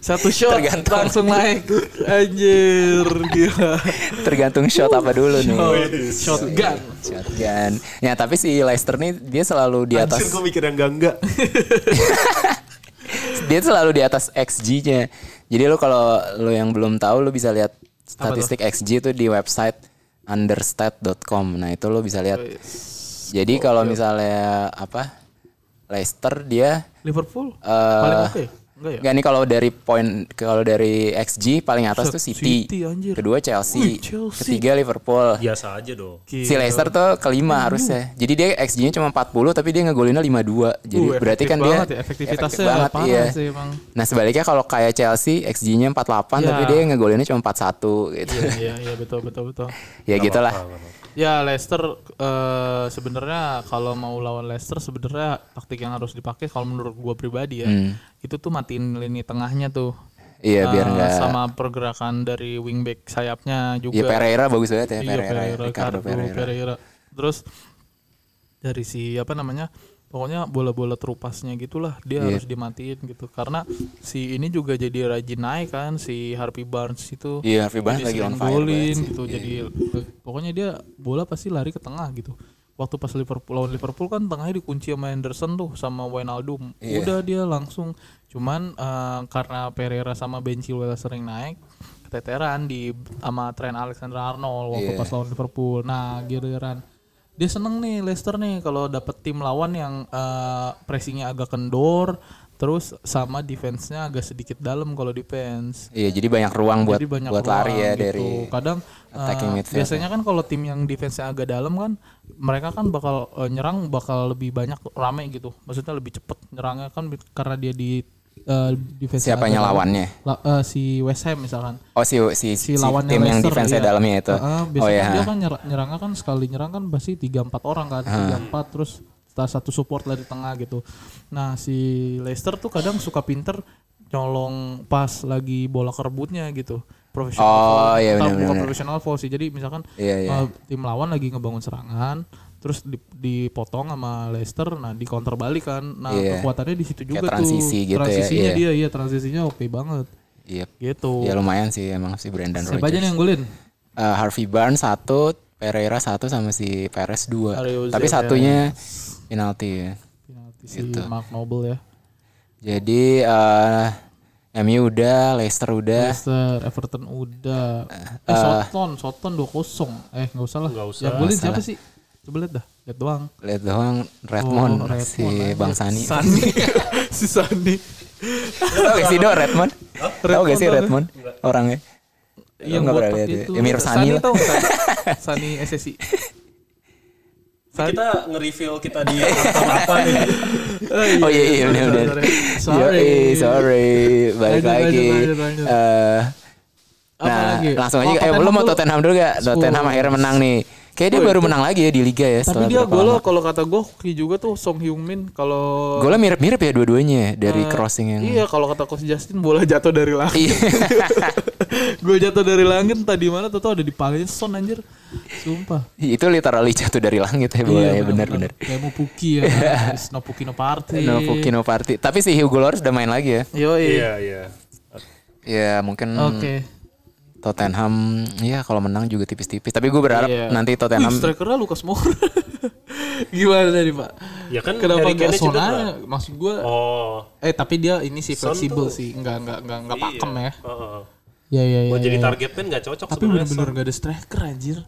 Satu shot
Oh, iya. Tergantung.
langsung naik. Anjir, gila.
tergantung shot apa dulu nih
Oh, iya.
Shotgun.
shotgun ya tapi si Leicester nih dia selalu di atas
Anjir gue mikir yang enggak-enggak.
dia tuh selalu di atas XG-nya. Jadi lu kalau lu yang belum tahu lu bisa lihat statistik XG itu di website understat.com. Nah, itu lu bisa lihat. Jadi kalau misalnya apa? Leicester dia
Liverpool
eh,
paling oke. Enggak ya?
Enggak nih kalau dari poin kalau dari XG paling atas tuh City,
City, anjir. Wih,
kedua Chelsea,
Chelsea. Iya.
ketiga Liverpool.
Biasa aja dong.
Si Leicester tuh kelima harusnya. Jadi dia XG-nya cuma 40 tapi dia ngegolinnya 52. Jadi
Uh,
berarti
efektif
kan dia
banget ya, efektivitasnya
efektif banget,
parah
iya.
sih emang.
Nah sebaliknya kalau kayak Chelsea XG-nya 48
Ya.
tapi dia ngegolinnya cuma 41 gitu.
Iya, iya betul betul betul.
ya gitulah.
Ya Leicester eh, sebenarnya kalau mau lawan Leicester sebenarnya taktik yang harus dipakai kalau menurut gua pribadi ya itu tuh matiin lini tengahnya tuh
Hmm. Iya biar
Eh,
enggak
sama pergerakan dari wingback sayapnya
Ya
juga.
Pereira bagus banget ya
Iya,
Pereira, Ricardo
Ricardo
Pereira.
Pereira. Terus dari si apa namanya? Pokoknya bola-bola terupasnya gitulah dia
Iya.
harus dimatiin gitu karena si ini juga jadi rajin naik kan si Harvey Barnes itu.
Iya, Harvey Barnes
Jadi
lagi on
sering
fire
golin
banget sih.
gitu jadi pokoknya dia bola pasti lari ke tengah gitu. Waktu pas Liverpool lawan Liverpool kan tengahnya dikunci sama Henderson tuh sama Wijnaldum. Udah dia langsung cuman eh, karena Pereira sama Ben Chilwell sering naik keteteran di sama Trent Alexander-Arnold waktu pas lawan Liverpool. Nah, giliran dia seneng nih Leicester nih kalau dapet tim lawan yang eh, pressingnya agak kendor terus sama defense-nya agak sedikit dalam kalau defense
Iya, jadi banyak ruang buat
jadi banyak
buat
ruang
lari ya
gitu.
dari
kadang eh,
attacking midfield.
biasanya kan kalau tim yang defense agak dalam kan mereka kan bakal eh, nyerang bakal lebih banyak rame gitu maksudnya lebih cepet nyerangnya kan bi- karena dia di eh, defense agak
siapanya
dalam.
lawannya.
La- eh, si West Ham misalkan
Oh si si,
si,
si
lawannya
tim yang
Leicester,
defense-nya
iya.
dalamnya itu.
Heeh,
oh
biasanya
ya.
dia kan nyerang, nyerangnya kan sekali nyerang kan pasti 3 4 orang kan. 3 4 terus salah satu support lah di tengah gitu. Nah, si Leicester tuh kadang suka pinter nyolong pas lagi bola kerebutnya gitu. Profesional.
Oh,
foul. Bukan-
iya, benar-benar.
bukan profesional foul sih. Jadi misalkan
Iya, iya.
eh, tim lawan lagi ngebangun serangan terus di- dipotong sama Leicester nah di counter balik kan. Nah,
Iya.
kekuatannya di situ juga
Kayak transisi
tuh.
gitu ya,
transisinya
iya.
dia iya transisinya oke banget
Iya.
gitu.
Ya lumayan sih emang si Brandon
Siapa aja
Rodgers.
nih yang golin?
Eh, Harvey Barnes satu, Pereira satu sama si Perez dua.
Ariozo
Tapi satunya penalti ya.
Penalti si
Gitu.
Mark Noble ya.
Jadi eh MU udah, Leicester udah.
Leicester, Everton udah. Eh, Soton, Soton 2-0. Eh, nggak usah lah. Yang golin siapa sih? Coba lihat dah, lihat doang.
Lihat doang Redmond
Oh, Redmond
si Bang Sani.
Sani. si Sani.
Tahu gak sih Do Redmond? Tahu gak sih Redmond
Iya.
orangnya? Lu
Yang
nggak
buat
pernah lihat
Iya, itu.
ya? Ya, mirip Sani lah.
tau nggak Sani? Sani SSI. Sani.
Kita nge-reveal kita di apa nih.
Oh iya iya benar benar.
Sorry.
Yoi, sorry. Balik
Lanjut,
lagi.
lanjut, lanjut, lanjut.
Eh,
Apa
nah,
lagi?
langsung
Oh,
aja eh
Tottenham
belum mau
dulu.
Tottenham dulu gak? Tottenham akhirnya menang nih. Kayaknya dia baru menang lagi ya di liga ya
Tapi
setelah
dia
berapa
gol
lama.
kalau kata gue hoki juga tuh Song Hyung Min kalau
Golnya mirip-mirip ya dua-duanya dari crossing yang Iya.
Iya, kalau kata coach Justin bola jatuh dari langit. Gue jatuh dari langit tadi mana tuh ada di Paleston anjir. Sumpah. Iya,
itu literally jatuh dari langit ya bola ya benar-benar.
Kayak mau Puki ya. It's no Puki no party.
No Puki, no party. Tapi si Hugo Lloris udah main lagi ya.
Yoi.
Iya, iya.
Ya mungkin
Oke.
Tottenham ya kalau menang juga tipis-tipis. Tapi gue berharap
Iya.
nanti
Wih,
Tottenham
strikernya Lucas Moura. Gimana nih, Pak?
Ya kan
Kenapa
Harry
enggak
Kane-nya
Son
cedera.
aja? Maksud gue
Oh.
eh tapi dia ini sih fleksibel sih. Enggak enggak enggak enggak pakem ya.
Heeh.
Iya iya iya.
Buat jadi
iya.
target man gak cocok
Tapi
sebenarnya.
bener-bener gak ada striker anjir.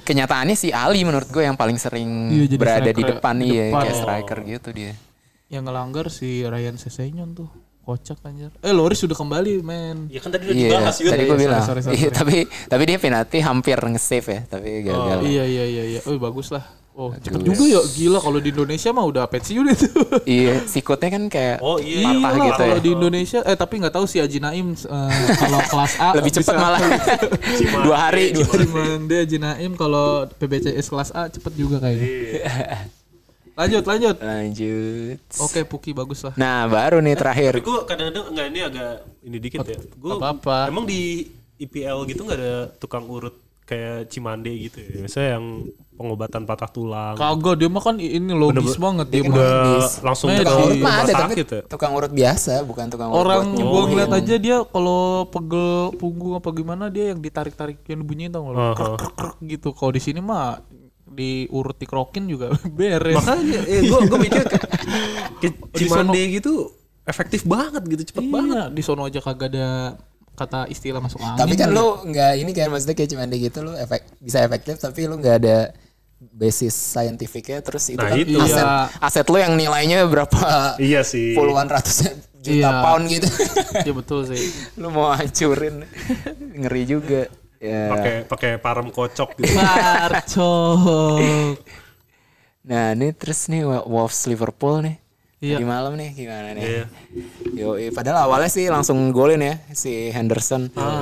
kenyataannya si Ali menurut gue yang paling sering
Iya, jadi
berada di
striker.
depan
Di
nih ya
depan.
kayak striker gitu dia.
Yang ngelanggar si Ryan Sessegnon tuh. Kocak anjir. Eh Loris sudah kembali, men.
Ya kan tadi udah
Iya,
dibahas Yud.
tadi gue bilang.
sorry, sorry,
Iya, tapi tapi dia penalti hampir nge-save ya, tapi gagal.
Iya iya iya iya. Oh bagus lah. Oh cepet juga ya gila kalau di Indonesia mah udah pensiun itu.
iya, sikutnya kan kayak
Oh
patah
iya.
Iyalah,
gitu ya.
Kalau di Indonesia eh tapi nggak tahu si Haji Naim eh, kalau kelas A
Lebih
bisa-
cepat malah. dua hari, dua hari.
Cuman dia Haji Naim kalau PBCS kelas A cepet juga kayaknya. Lanjut, lanjut.
Lanjut.
Oke, Puki bagus lah.
Nah, baru nih terakhir.
Tapi gue kadang-kadang enggak ini agak ini dikit ya. Gue
apa-apa.
Emang di IPL gitu nggak ada tukang urut kayak Cimande gitu ya. Biasanya yang pengobatan patah tulang.
Kagak dia mah kan ini logis banget dia mah.
kan udah langsung
Medis.
ke
Tukang
Di
urut mah
rumah
ada tapi
sakit ya.
tukang urut biasa bukan tukang urut
Oh, Orang
Oh,
buat
gua
nyembuhin.
ngeliat
iya.
aja dia kalau pegel punggung apa gimana dia yang ditarik-tarik yang bunyiin tau nggak lo?
Aha.
Krek, krek, krek gitu. Kalau di sini mah diurut dikrokin juga beres.
Makanya eh gue gue mikir ke, ke
Di sono-
Cimande gitu efektif banget gitu cepet banget.
Iya, di sono aja kagak ada kata istilah masuk angin.
Tapi kan lu nggak ini kan maksudnya kayak cuman di gitu lu efek bisa efektif tapi lu nggak ada basis saintifiknya terus itu
Nah,
kan
itu.
aset
Iya.
aset lu yang nilainya berapa
Iya sih.
puluhan ratus juta
Iya.
pound gitu.
Iya betul sih.
lu mau hancurin ngeri juga. Ya.
Pakai pakai parem kocok gitu.
Marcok.
Nah, ini terus nih Wa- Wolves Liverpool nih.
Iya.
Di malam nih gimana nih?
Iya.
Yo, padahal awalnya sih langsung golin ya si Henderson.
Ah.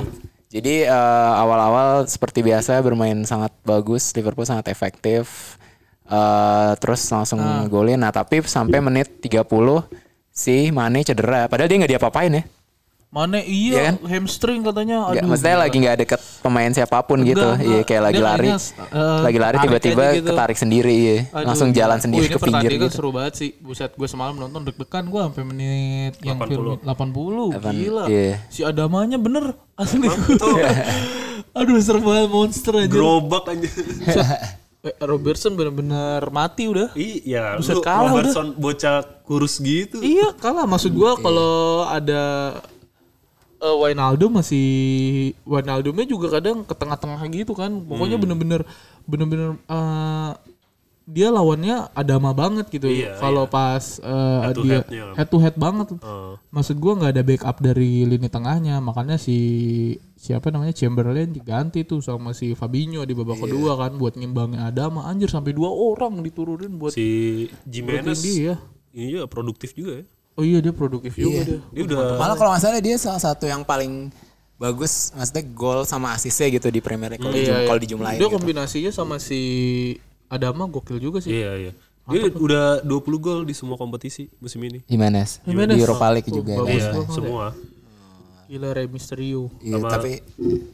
Jadi eh, awal-awal seperti biasa bermain sangat bagus, Liverpool sangat efektif. Eh, terus langsung
Ah.
golin. Nah, tapi sampai menit 30 si Mane cedera. Padahal dia nggak diapa-apain ya.
Mana
Iya
iya
kan?
hamstring katanya.
Nggak,
Aduh.
maksudnya lagi nggak deket pemain siapapun gitu.
Enggak,
Iya,
enggak.
kayak lagi
Dia
lari.
kayaknya, eh,
lagi lari
tarik
tiba-tiba
aja gitu.
ketarik sendiri, iya.
Aduh,
Langsung
gila.
jalan sendiri
Wih,
ke pinggir
pertandingan
gitu.
seru banget sih. Buset, gue semalam nonton deg-degan gue sampai menit yang
80.
film 80.
Delapan-
Gila.
iya.
Si Adamanya bener asli. Aduh, serem banget monster aja.
Gerobak aja.
Eh, Robertson bener-bener mati udah.
Iya,
Buset,
lu
kalah
Robertson bocah kurus gitu.
Iya kalah maksud gua kalau ada eh, Wijnaldum masih Wijnaldumnya juga kadang ke tengah-tengah gitu kan pokoknya
Hmm.
bener-bener bener-bener eh, dia lawannya adama banget gitu
Iya,
kalau pas eh,
Head to
dia
headnya. Oh.
head to head banget
Heeh.
maksud gua nggak ada backup dari lini tengahnya makanya si siapa namanya Chamberlain diganti tuh sama si Fabinho di babak
Iya.
kedua kan buat ngimbangin adama anjir sampai dua orang diturunin buat
si Jimenez
dia
ini juga produktif juga ya.
oh iya dia produktif juga dia
Dia udah
Malah kalau nggak salah dia salah satu yang paling bagus maksudnya gol sama asisnya gitu di ya. Premier League kalau dijum- kalau dijumlahin.
Dia kombinasinya sama si Adama gokil juga sih.
iya iya. Dia udah 20 gol di semua kompetisi musim ini.
Jimenez.
Jimenez.
Di Europa League juga.
Oh, bagus.
kan.
Iya, semua.
Gila Rey Mysterio.
Iya, tapi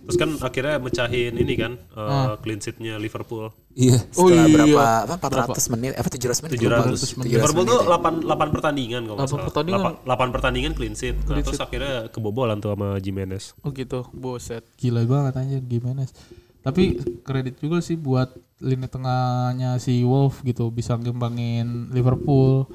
Terus kan akhirnya mecahin ini kan eh,
Ah.
clean sheet-nya Liverpool.
iya setelah
iya.
berapa apa 400 menit eh, apa 700 menit
700. Liverpool tuh 8 8 pertandingan kalau nggak
Delapan
salah.
pertandingan.
8, pertandingan clean sheet. Nah, terus akhirnya kebobolan tuh sama Jimenez.
Oh gitu, boset. Gila banget anjir Gimenez. Tapi kredit juga sih buat lini tengahnya si Wolf gitu bisa ngembangin Liverpool.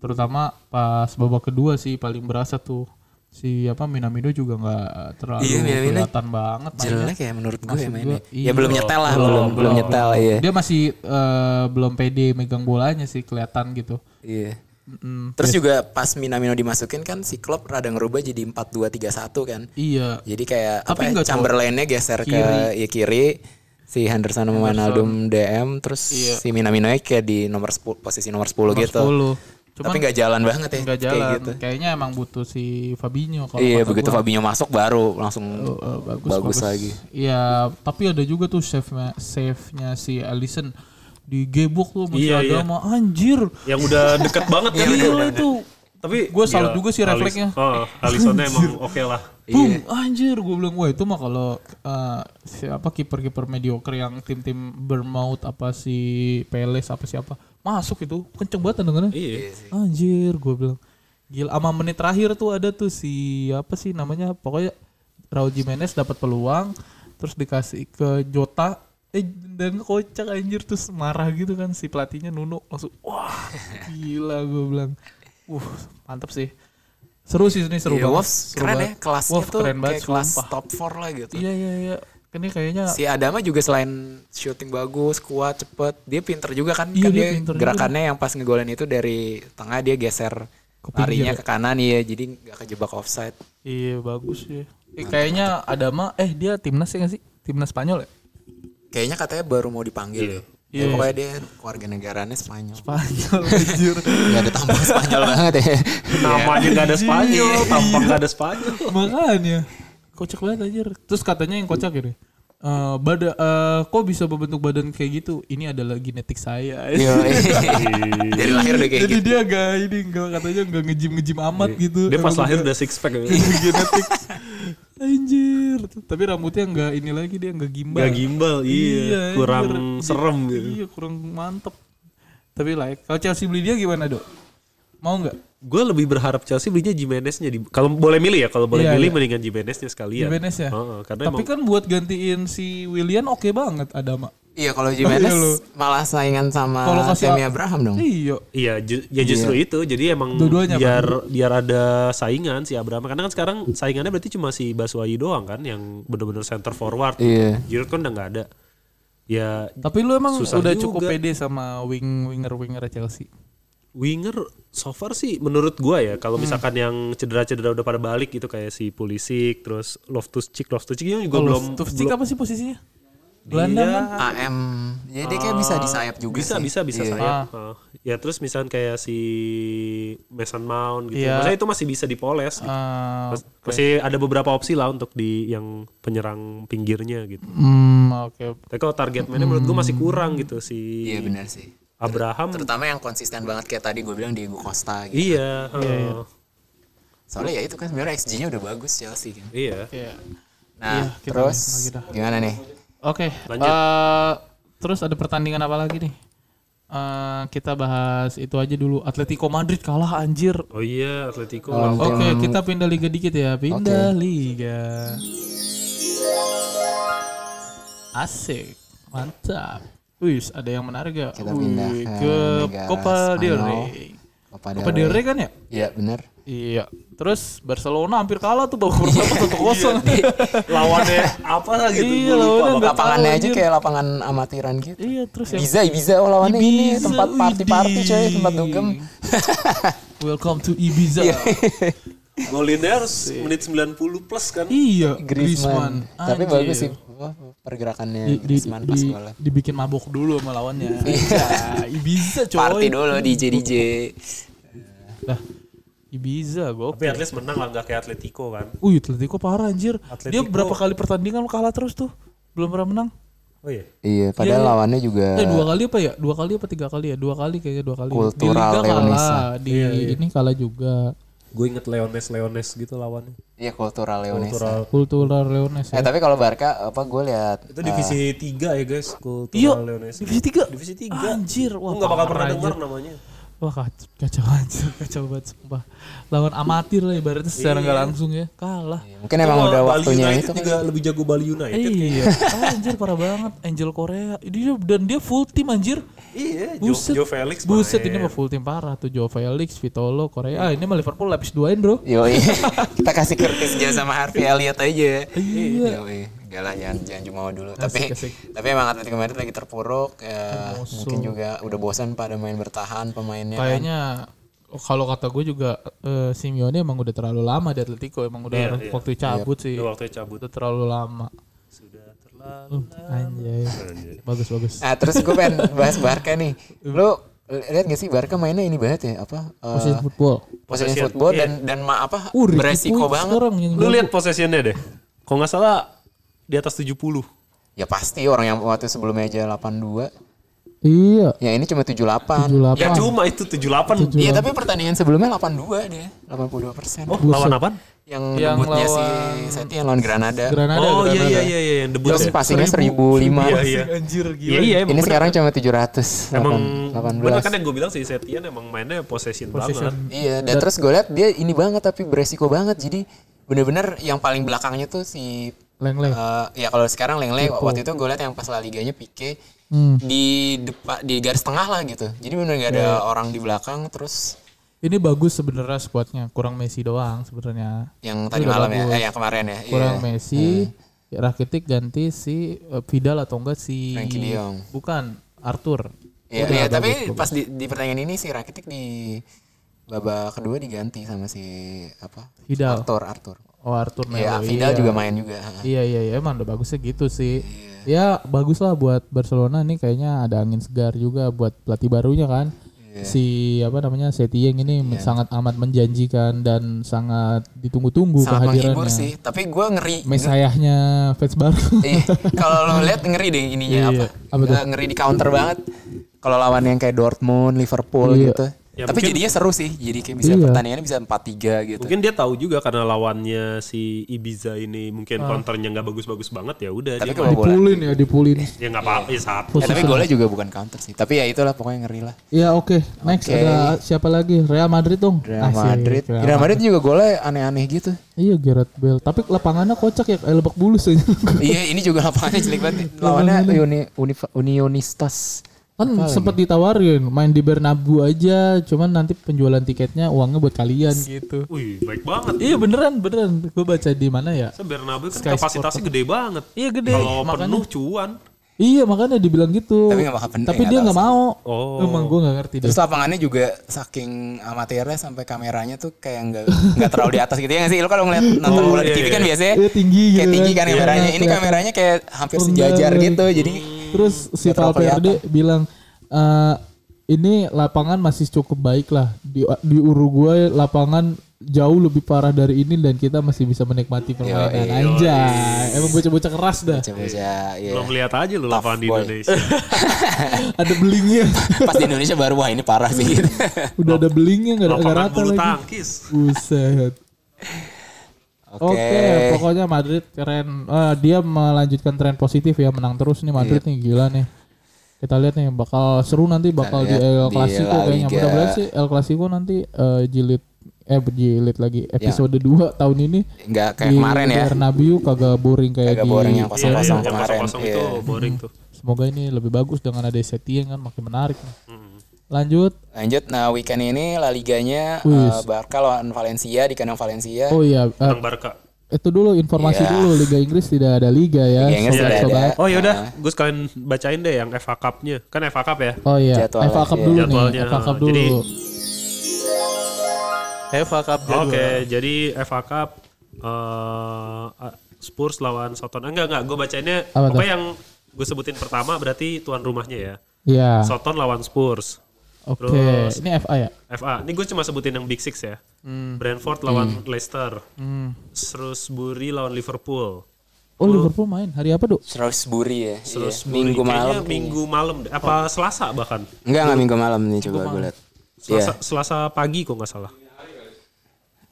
Terutama pas babak kedua sih paling berasa tuh. Si apa Minamino juga nggak terlalu
Iya, Minamino
kelihatan banget mainnya.
jelek ya menurut gue mainnya.
iya.
Ya belum nyetel lah, belum belum nyetel iya.
Dia masih eh, belum pede megang bolanya sih kelihatan gitu.
Iya.
Mm-mm.
Terus juga pas Minamino dimasukin kan si Klopp rada ngerubah jadi 4-2-3-1 kan.
Iya.
Jadi kayak
Tapi
apa
nggak
ya, Chamberlainnya geser ke ya kiri, si Henderson sama Wijnaldum DM, terus
Iya.
si Minamino kayak di nomor 10, posisi nomor 10 gitu.
10. Cuman
Tapi nggak jalan banget ya.
nggak
kayak
jalan.
gitu.
Kayaknya emang butuh si Fabinho kalau
Iya,
kata
begitu
gua.
Fabinho masuk baru langsung
Eh, bagus,
bagus, lagi.
Iya, tapi ada juga tuh save-nya save-nya si Alisson digebuk tuh masih
Iya, iya.
ada mah anjir.
Yang udah deket banget
Iya,
kan.
Gila Iya, itu.
Tapi ya,
Gua salut
gila,
juga sih
Alis-
refleksnya.
Oh, Alissonnya emang oke lah.
Boom,
Iya.
anjir gue bilang wah itu mah kalau eh, siapa kiper-kiper mediocre yang tim-tim bermaut apa si Peles apa siapa masuk itu kenceng banget tendangannya.
Iya.
Anjir, gue bilang gila. Ama menit terakhir tuh ada tuh si apa sih namanya? Pokoknya Raul Jimenez dapat peluang, terus dikasih ke Jota. Eh dan kocak anjir terus marah gitu kan si pelatihnya Nuno langsung wah gila gue bilang. Uh, mantap sih. Seru sih ini seru
Iya,
banget.
Wolves
Seru
keren ya
banget.
kelasnya
Wolves
tuh
keren banget,
kayak kelas
sumpah.
top 4 lah gitu.
Iya iya iya. Ini kayaknya
Si Adama juga selain shooting bagus, kuat, cepet, dia pinter juga kan.
Iya,
Kan
dia
dia
pinter juga.
gerakannya yang pas ngegolin itu dari tengah dia geser
Ke pinggir
larinya ke kanan ya, jadi nggak kejebak offside.
iya bagus ya. Eh, kayaknya Adama eh dia timnas ya gak sih? Timnas Spanyol ya?
Kayaknya katanya baru mau dipanggil.
Iya.
Ya, pokoknya dia warga negaranya Spanyol.
Spanyol anjir.
Gak ada tampang Spanyol banget ya.
Namanya nggak ada Spanyol, tampang nggak ada Spanyol.
Makanya kocak banget anjir. Terus katanya yang kocak ini. eh bada- eh, kok bisa berbentuk badan kayak gitu? Ini adalah genetik saya.
Yoi. Dari lahir udah kayak
Iya. Jadi
gitu.
dia agak ini enggak katanya enggak ngejim ngejim amat gitu.
Iya.
Iya.
Dia pas
Emang
lahir udah six pack.
genetik. Anjir, tapi rambutnya enggak ini lagi dia enggak gimbal.
Gak gimbal,
Iya,
iya. Kurang
anjir.
serem gitu.
Iya, kurang mantep. Tapi like, kalau Chelsea beli dia gimana, Dok? Mau nggak?
Gue lebih berharap Chelsea belinya Jimenez-nya. di- Kalau boleh milih ya, kalau boleh
Iya,
milih
iya.
mendingan Jimenez-nya sekalian.
Jimenez ya?
Heeh, karena
Tapi
emang
kan buat gantiin si Willian oke banget Adama.
Iya kalau
Iya, lu.
Jimenez malah saingan
Ah,
sama
Kalau kasih
Tammy Abraham dong.
Iya.
Iya, ju- ya justru itu. Jadi emang
Dua-duanya,
biar biar ada saingan si Abraham. Karena kan sekarang saingannya berarti cuma si Baswayi doang kan, yang bener-bener center forward.
Iya.
Giroud kan udah nggak ada. Ya
Tapi lu emang
Susah
udah
juga.
cukup pede sama wing winger winger Chelsea.
winger so far sih menurut gua ya
Hmm.
kalau misalkan yang cedera-cedera udah pada balik gitu kayak si Pulisic terus Loftus Cheek Loftus Cheek juga
Kalau
belum
Tufcik apa sih posisinya? Belanda
Belanda
kan?
AM. Jadi dia kayak
Ah.
bisa di sayap juga sih.
bisa
Iya.
bisa bisa sayap Ah. ya terus misalkan kayak si Mason Mount gitu
Iya.
maksudnya itu masih bisa dipoles gitu.
Ah,
Mas- masih ada beberapa opsi lah untuk di yang penyerang pinggirnya gitu
hmm, oke.
tapi kalau target mainnya menurut gua masih kurang gitu si
Iya benar sih.
Abraham
Terutama yang konsisten banget kayak tadi gue bilang Diego Costa gitu.
iya ah,
Soalnya ya itu kan sebenarnya XG-nya udah bagus Chelsea kan.
iya
Iya. Iya,
Nah,
kita
terus
lihat lagi dah.
gimana nih?
Oke.
Lanjut.
eh, terus ada pertandingan apa lagi nih? Eh, kita bahas itu aja dulu. Atletico Madrid kalah anjir.
oh iya Atletico
Oh.
Oke, kita pindah liga dikit ya. Pindah liga. Asik. Mantap. Wih, ada yang menarik gak?
Kita pindah
Wih,
ke
ke
negara
Copa del
Spanyol.
Rey.
Copa del
Copa del
Rey.
Rey kan ya?
Iya benar.
Iya. Terus Barcelona hampir kalah tuh babak pertama satu kosong.
Iya.
lawannya apa lah gitu
Iya,
gua lupa.
lawannya nggak tahu,
Lapangannya aja
anjir.
kayak lapangan amatiran gitu.
Iya, terus yang
Bisa, bisa oh lawannya ini
Ibiza,
tempat party-party coy,
widih.
tempat dugem. Iya.
Welcome to Ibiza.
Golinnya harus menit 90 plus kan
iya,
Griezmann.
Griezmann.
Tapi
Anjir.
bagus sih wah, pergerakannya
Di, di-
Griezmann pas
di-
bola.
dibikin mabok dulu sama lawannya. Iya, Ibiza coy.
Party dulu DJ DJ.
Lah, Ibiza gue.
Tapi at least menang lah nggak kayak Atletico kan.
Wih, Atletico parah anjir. Dia
Atletico-
berapa kali pertandingan kalah terus tuh? Belum pernah menang.
Oh iya.
Iya, padahal lawannya juga
Eh dua kali apa ya? Dua kali apa tiga kali ya? Dua kali kayaknya dua kali. di
Iya. Kultural
Liga
Leonesa.
kalah, di
Iya,
ini kalah juga.
Gue inget Leones Leones gitu lawannya.
iya kultural Leones.
Kultural.
Kultural Leones
Iya.
Eh
ya.
tapi kalau Barca apa gue lihat
Itu divisi 3 ya
Iya,
guys, Kultural Leones.
divisi tiga.
Divisi 3.
Anjir,
Gue
wah
nggak bakal
parah,
pernah
anjir.
dengar namanya.
Wah kacau, kacau anjir, kacau banget sumpah. Lawan amatir lah ibaratnya
Iya.
secara nggak langsung ya. Kalah.
mungkin emang udah waktunya
United
itu kan.
juga lebih jago Bali United.
Iya, anjir parah banget. Angel Korea, dia dan dia full team anjir.
Iya, Jo,
Buset,
Jo Felix.
buset ini
main.
mah full team parah tuh Joe Felix, Vitolo, Korea. Ah, ini mah Liverpool lapis duain bro.
Yoi. Kita kasih Curtis Jones sama Harvey Elliott aja. Yoi. Enggak lah jangan, jangan cuma dulu. tapi
Iya. asik.
tapi emang Atletico Madrid lagi terpuruk. ya, mungkin juga udah bosan pada main bertahan
Iya.
pemainnya. kan.
Kayaknya kalau kata gue juga eh, Simeone emang udah terlalu lama di Atletico, emang
Iya,
udah waktu cabut sih.
Udah Iya, waktunya cabut.
Udah terlalu lama. Uh,
Sudah terlalu.
Anjay. Bagus bagus.
Nah, terus gue pengen bahas Barca nih. Lu lihat gak sih Barca mainnya ini banget ya apa? eh,
Posisi football.
possession football dan
iya.
dan ma apa?
Uh, Ricky
beresiko
Puig
banget.
sekarang yang
Lu lihat possessionnya deh. Kalau nggak salah di atas 70.
Ya pasti orang yang waktu sebelumnya aja 82.
Iya.
Ya ini cuma 78.
78.
Ya cuma itu 78.
Iya, tapi pertandingan sebelumnya 82 dia. 82 persen.
Oh, lawan apa?
Yang,
Yang
debutnya si
lawan-
Setien lawan Granada.
Granada.
Oh iya
Granada.
iya iya iya yang debut.
Terus
ya.
passingnya 1005.
Iya, iya.
Anjir gila.
Iya iya
Ini sekarang cuma 700.
Emang
delapan-
bener
18.
kan yang gue bilang sih Setian emang mainnya possession,
Possession.
banget.
Iya, dan terus gue lihat dia ini banget tapi beresiko banget. Jadi bener-bener yang paling belakangnya tuh si
Leng-leng.
eh, ya kalau sekarang Lengle waktu itu gue lihat yang pas La Liganya Pique
Gitu. Hmm. Iya,
di depan di garis tengah lah gitu. Jadi bener nggak ada orang di belakang terus
Ini bagus sebenarnya squadnya, kurang Messi doang sebenarnya.
yang tadi malam ya, eh yang kemarin ya.
Kurang
iya.
Messi, ya Rakitic ganti si eh, Vidal atau enggak si
Frankie de Jong.
Bukan, Arthur.
Iya, iya, tapi pas di, di pertandingan ini si Rakitic di babak kedua diganti sama si apa?
Vidal.
Arthur, Arthur.
Oh, Arthur
Ya,
Melo.
Vidal juga main juga.
Iya iya iya emang udah bagusnya gitu sih.
Iya.
Ya bagus lah buat Barcelona nih kayaknya ada angin segar juga buat pelatih barunya kan.
Iya.
si apa namanya Setieng ini sangat amat menjanjikan dan sangat ditunggu-tunggu
Sangat menghibur
kehadirannya.
sih, tapi gue ngeri.
Mesayahnya fans baru.
Iya, kalau lo lihat ngeri deh ininya apa?
Iya, Apa tuh?
Nggak ngeri di counter banget. Kalau lawan yang kayak Dortmund, Liverpool
Iya.
gitu.
Ya,
Tapi
mungkin-
jadinya seru sih. Jadi kayak bisa
Iya.
pertandingannya bisa 4-3 gitu.
Mungkin dia tahu juga karena lawannya si Ibiza ini mungkin counternya nggak bagus-bagus banget ya udah
Tapi
dia
kalau bola
dipulin ya dipulin.
ya nggak apa-apa ya satu.
Ya, tapi golnya juga bukan counter sih. Tapi ya itulah pokoknya ngeri lah.
Ya oke, next
Oke.
ada siapa lagi? Real Madrid dong.
Real
Asik,
Madrid.
Real
Real Madrid juga golnya aneh-aneh gitu.
Iya Gareth Bale, tapi lapangannya kocak ya, kayak lebak bulus aja.
iya, ini juga lapangannya jelek banget. Lawannya Uni, Uni- Unionistas.
kan sempat ditawarin main di Bernabeu aja, cuman nanti penjualan tiketnya uangnya buat kalian gitu.
Wih, baik banget.
Iya beneran beneran, gue baca di mana ya?
Saya Bernabeu kan kapasitasnya gede banget.
Iya, gede.
Kalau
Makanya-
penuh cuan.
Iya makanya dibilang gitu.
Tapi nggak eh, bakal pen-
Tapi
nggak
dia
tahu
nggak mau.
Oh.
Emang gue nggak ngerti deh.
Terus lapangannya juga saking amatirnya sampai kameranya tuh kayak nggak nggak terlalu di atas gitu ya nggak sih? Lo kalau ngeliat nonton bola di TV kan biasanya
Oh, Iya, tinggi
kayak
gitu
tinggi
kan.
kan
Iya,
kameranya. Ini
kelihatan.
kameranya kayak hampir
Rendah.
sejajar gitu. Jadi
Terus si
nggak terlalu
Valverde bilang "Eh, ini lapangan masih cukup baik lah di di Uruguay lapangan jauh lebih parah dari ini dan kita masih bisa menikmati permainan anjay emang bocah-bocah keras dah
coba-coba ya.
Lo ngeliat aja lo lapangan di
boy.
Indonesia.
ada belingnya
Pas di Indonesia baru wah ini parah sih. gitu.
udah ada belingnya nggak ada nggak
lapangan
rata
bulu
lagi
tangkis.
buset
Oke.
Oke, pokoknya Madrid keren. Eh, dia melanjutkan tren positif ya, menang terus nih
Iya.
Madrid nih gila nih. Kita lihat nih bakal seru nanti bakal di
lihat
El
di
Clasico
La
kayaknya.
Liga.
Mudah-mudahan sih El Clasico nanti eh, jilid eh jilid lagi episode 2 tahun ini
Nggak Iya.
Iya,
kayak kemarin ya.
Bernabeu kagak boring kayak
Agak
di
boring yang
Iya, iya,
kosong-kosong
yang
kemarin.
kosong-kosong
Iya.
itu boring tuh.
Semoga ini lebih bagus dengan ada Setien kan makin menarik nih. Lanjut.
Lanjut, nah weekend ini La Liganya eh, Barca lawan Valencia di kandang Valencia.
Oh iya, eh,
Tentang Barca.
itu dulu informasi
Iya.
dulu Liga Inggris tidak ada liga ya.
Liga Inggris tidak ada.
sobat-sobat.
Oh yaudah,
Ah.
gue sekalian bacain deh yang FA Cup-nya. Kan FA Cup ya?
Oh iya,
Jadwal,
FA Cup
iya.
dulu
Jadwalnya.
nih, FA Cup dulu.
Jadi-
FA Cup
Oke, jadi FA Cup eh, Spurs lawan Soton. Ah, Enggak, enggak, gue bacainnya
Apa tuh?
apa yang gue sebutin pertama berarti tuan rumahnya ya.
Iya.
Soton lawan Spurs.
Oke,
Terus-
ini FA ya.
FA. Ini gue cuma sebutin yang Big Six ya.
Hmm.
Brentford lawan Leicester. Shrewsbury lawan Liverpool.
Oh, Liverpool main hari apa, Duk?
Shrewsbury ya. Iya.
Shrewsbury
Minggu
kayaknya
malam.
Minggu malam deh. Apa
Oh.
Selasa bahkan?
Enggak, enggak minggu malam nih coba gue lihat. Iya.
Selasa, Selasa pagi kok nggak salah.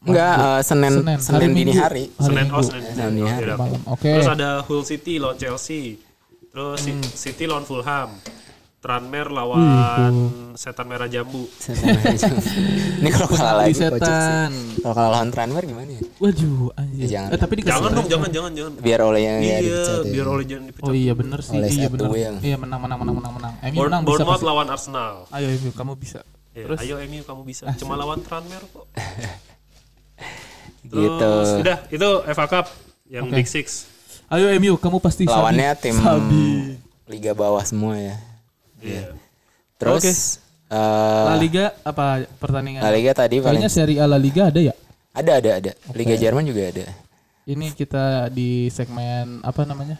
Enggak, eh, Senin
Senin,
Senin,
hari
dini
Minggu.
hari.
Senin, oh, Senin,
Senin
Senin,
hari
tidak.
Malam. Oke.
Terus ada Hull City lawan Chelsea. Terus Ci- City lawan Fulham. Tranmere lawan Setan Merah Jambu.
Ini kalau kalah
Di
lagi kocak sih.
setan.
Kalau kalah lawan Tranmere gimana ya?
Waduh, anjir.
Ya, jangan.
Eh, tapi dikasih.
Jangan dong,
try.
jangan, jangan, jangan.
Biar oleh yang
Iya,
ya, dipecat ya.
biar oleh jangan dipecat.
Oh iya, bener sih.
Oleh
iya,
satu
bener.
yang-
Iya, menang, menang, menang, menang, menang. MU
Bourne-
menang bisa
Bournemouth
pasti.
lawan Arsenal.
Ayo, MU, kamu bisa.
Ya,
Terus
ayo MU kamu bisa. Cuma lawan Tranmere kok.
gitu.
Terus udah itu FA Cup yang Big Six.
Ayo MU, kamu pasti Sabi.
Lawannya tim
Sabi.
liga bawah semua ya.
Iya.
Terus
Oke.
eh,
La Liga apa pertandingan?
La Liga tadi paling
Kayaknya seri A La Liga ada ya?
ada ada ada. Liga Jerman juga ada.
Ini kita di segmen apa namanya?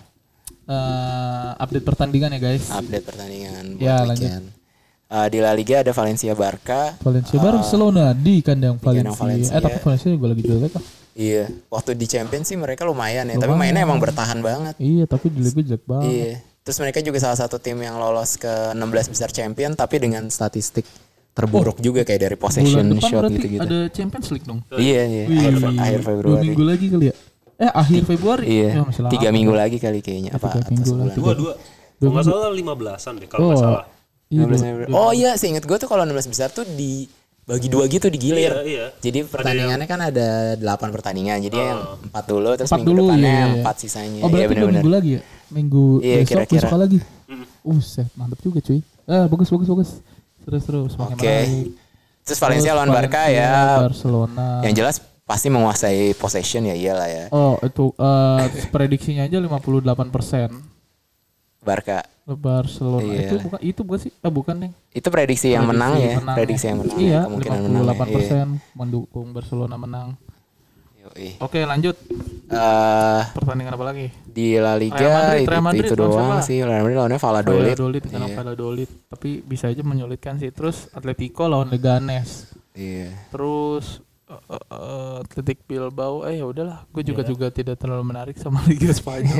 Eh, update pertandingan ya, guys.
Update pertandingan buat
Ya, lanjut.
weekend. Eh, di La Liga ada Valencia Barca.
Valencia Barcelona di kandang Valencia.
kandang Valencia.
Eh tapi Valencia juga lagi kan? jelek lah.
Iya, waktu di Champions sih mereka lumayan ya, tapi mainnya emang bertahan banget.
Iya tapi di Liga jelek banget.
Iya. Terus mereka juga salah satu tim yang lolos ke 16 besar champion tapi dengan statistik terburuk juga kayak dari
Oh. Bulan
possession
depan
shot
berarti
gitu-gitu.
ada Champions League dong.
Iya, iya. Akhir, Fe- akhir
Dua
Februari.
minggu lagi kali ya? Eh akhir Februari.
Iya.
Ya, masih lama.
Tiga minggu lagi kali kayaknya apa atau sebulan.
Dua dua. Kalau nggak salah lima belasan deh kalau nggak
Oh,
salah.
Iya,
16 Februari. Oh iya, seingat gue tuh kalau 16 besar tuh dibagi dua gitu digilir.
Iya, iya.
Jadi pertandingannya kan ada 8 pertandingan. Jadi yang
Oh.
4 dulu terus
Empat
minggu
dulu,
depannya
iya, iya.
4 sisanya.
oh
Iya,
berarti dua
benar-benar.
minggu lagi ya? Minggu
Iya,
besok,
kira-kira.
besok lagi. Uset, mantap juga cuy. Eh bagus bagus bagus. Terus terus semakin
Oke.
menarik.
Terus Valencia lawan Barca
Valencia,
ya.
Barcelona.
Yang jelas pasti menguasai possession ya iyalah ya.
Oh itu eh, prediksinya aja 58
Barca.
Barcelona
Iya.
itu bukan itu bukan sih? Ah bukan deng.
Itu prediksi yang menang ya, prediksi yang menang. ya,
Iya,
kemungkinan
58
menang. ya. Iya.
mendukung Barcelona menang.
Yoi. Iya. Yoi.
Oke lanjut
Eh,
pertandingan apa lagi?
di La Liga
Real Madrid,
itu,
Real Madrid
itu
lawan
doang
siapa?
sih. Real Madrid lawannya Valladolid.
Valladolid karena Valladolid tapi bisa aja menyulitkan sih. Terus Atletico lawan Leganes.
Iya.
Terus eh, eh, eh, Athletic Bilbao eh ya udahlah gue juga
Iya.
juga tidak terlalu menarik sama Liga Spanyol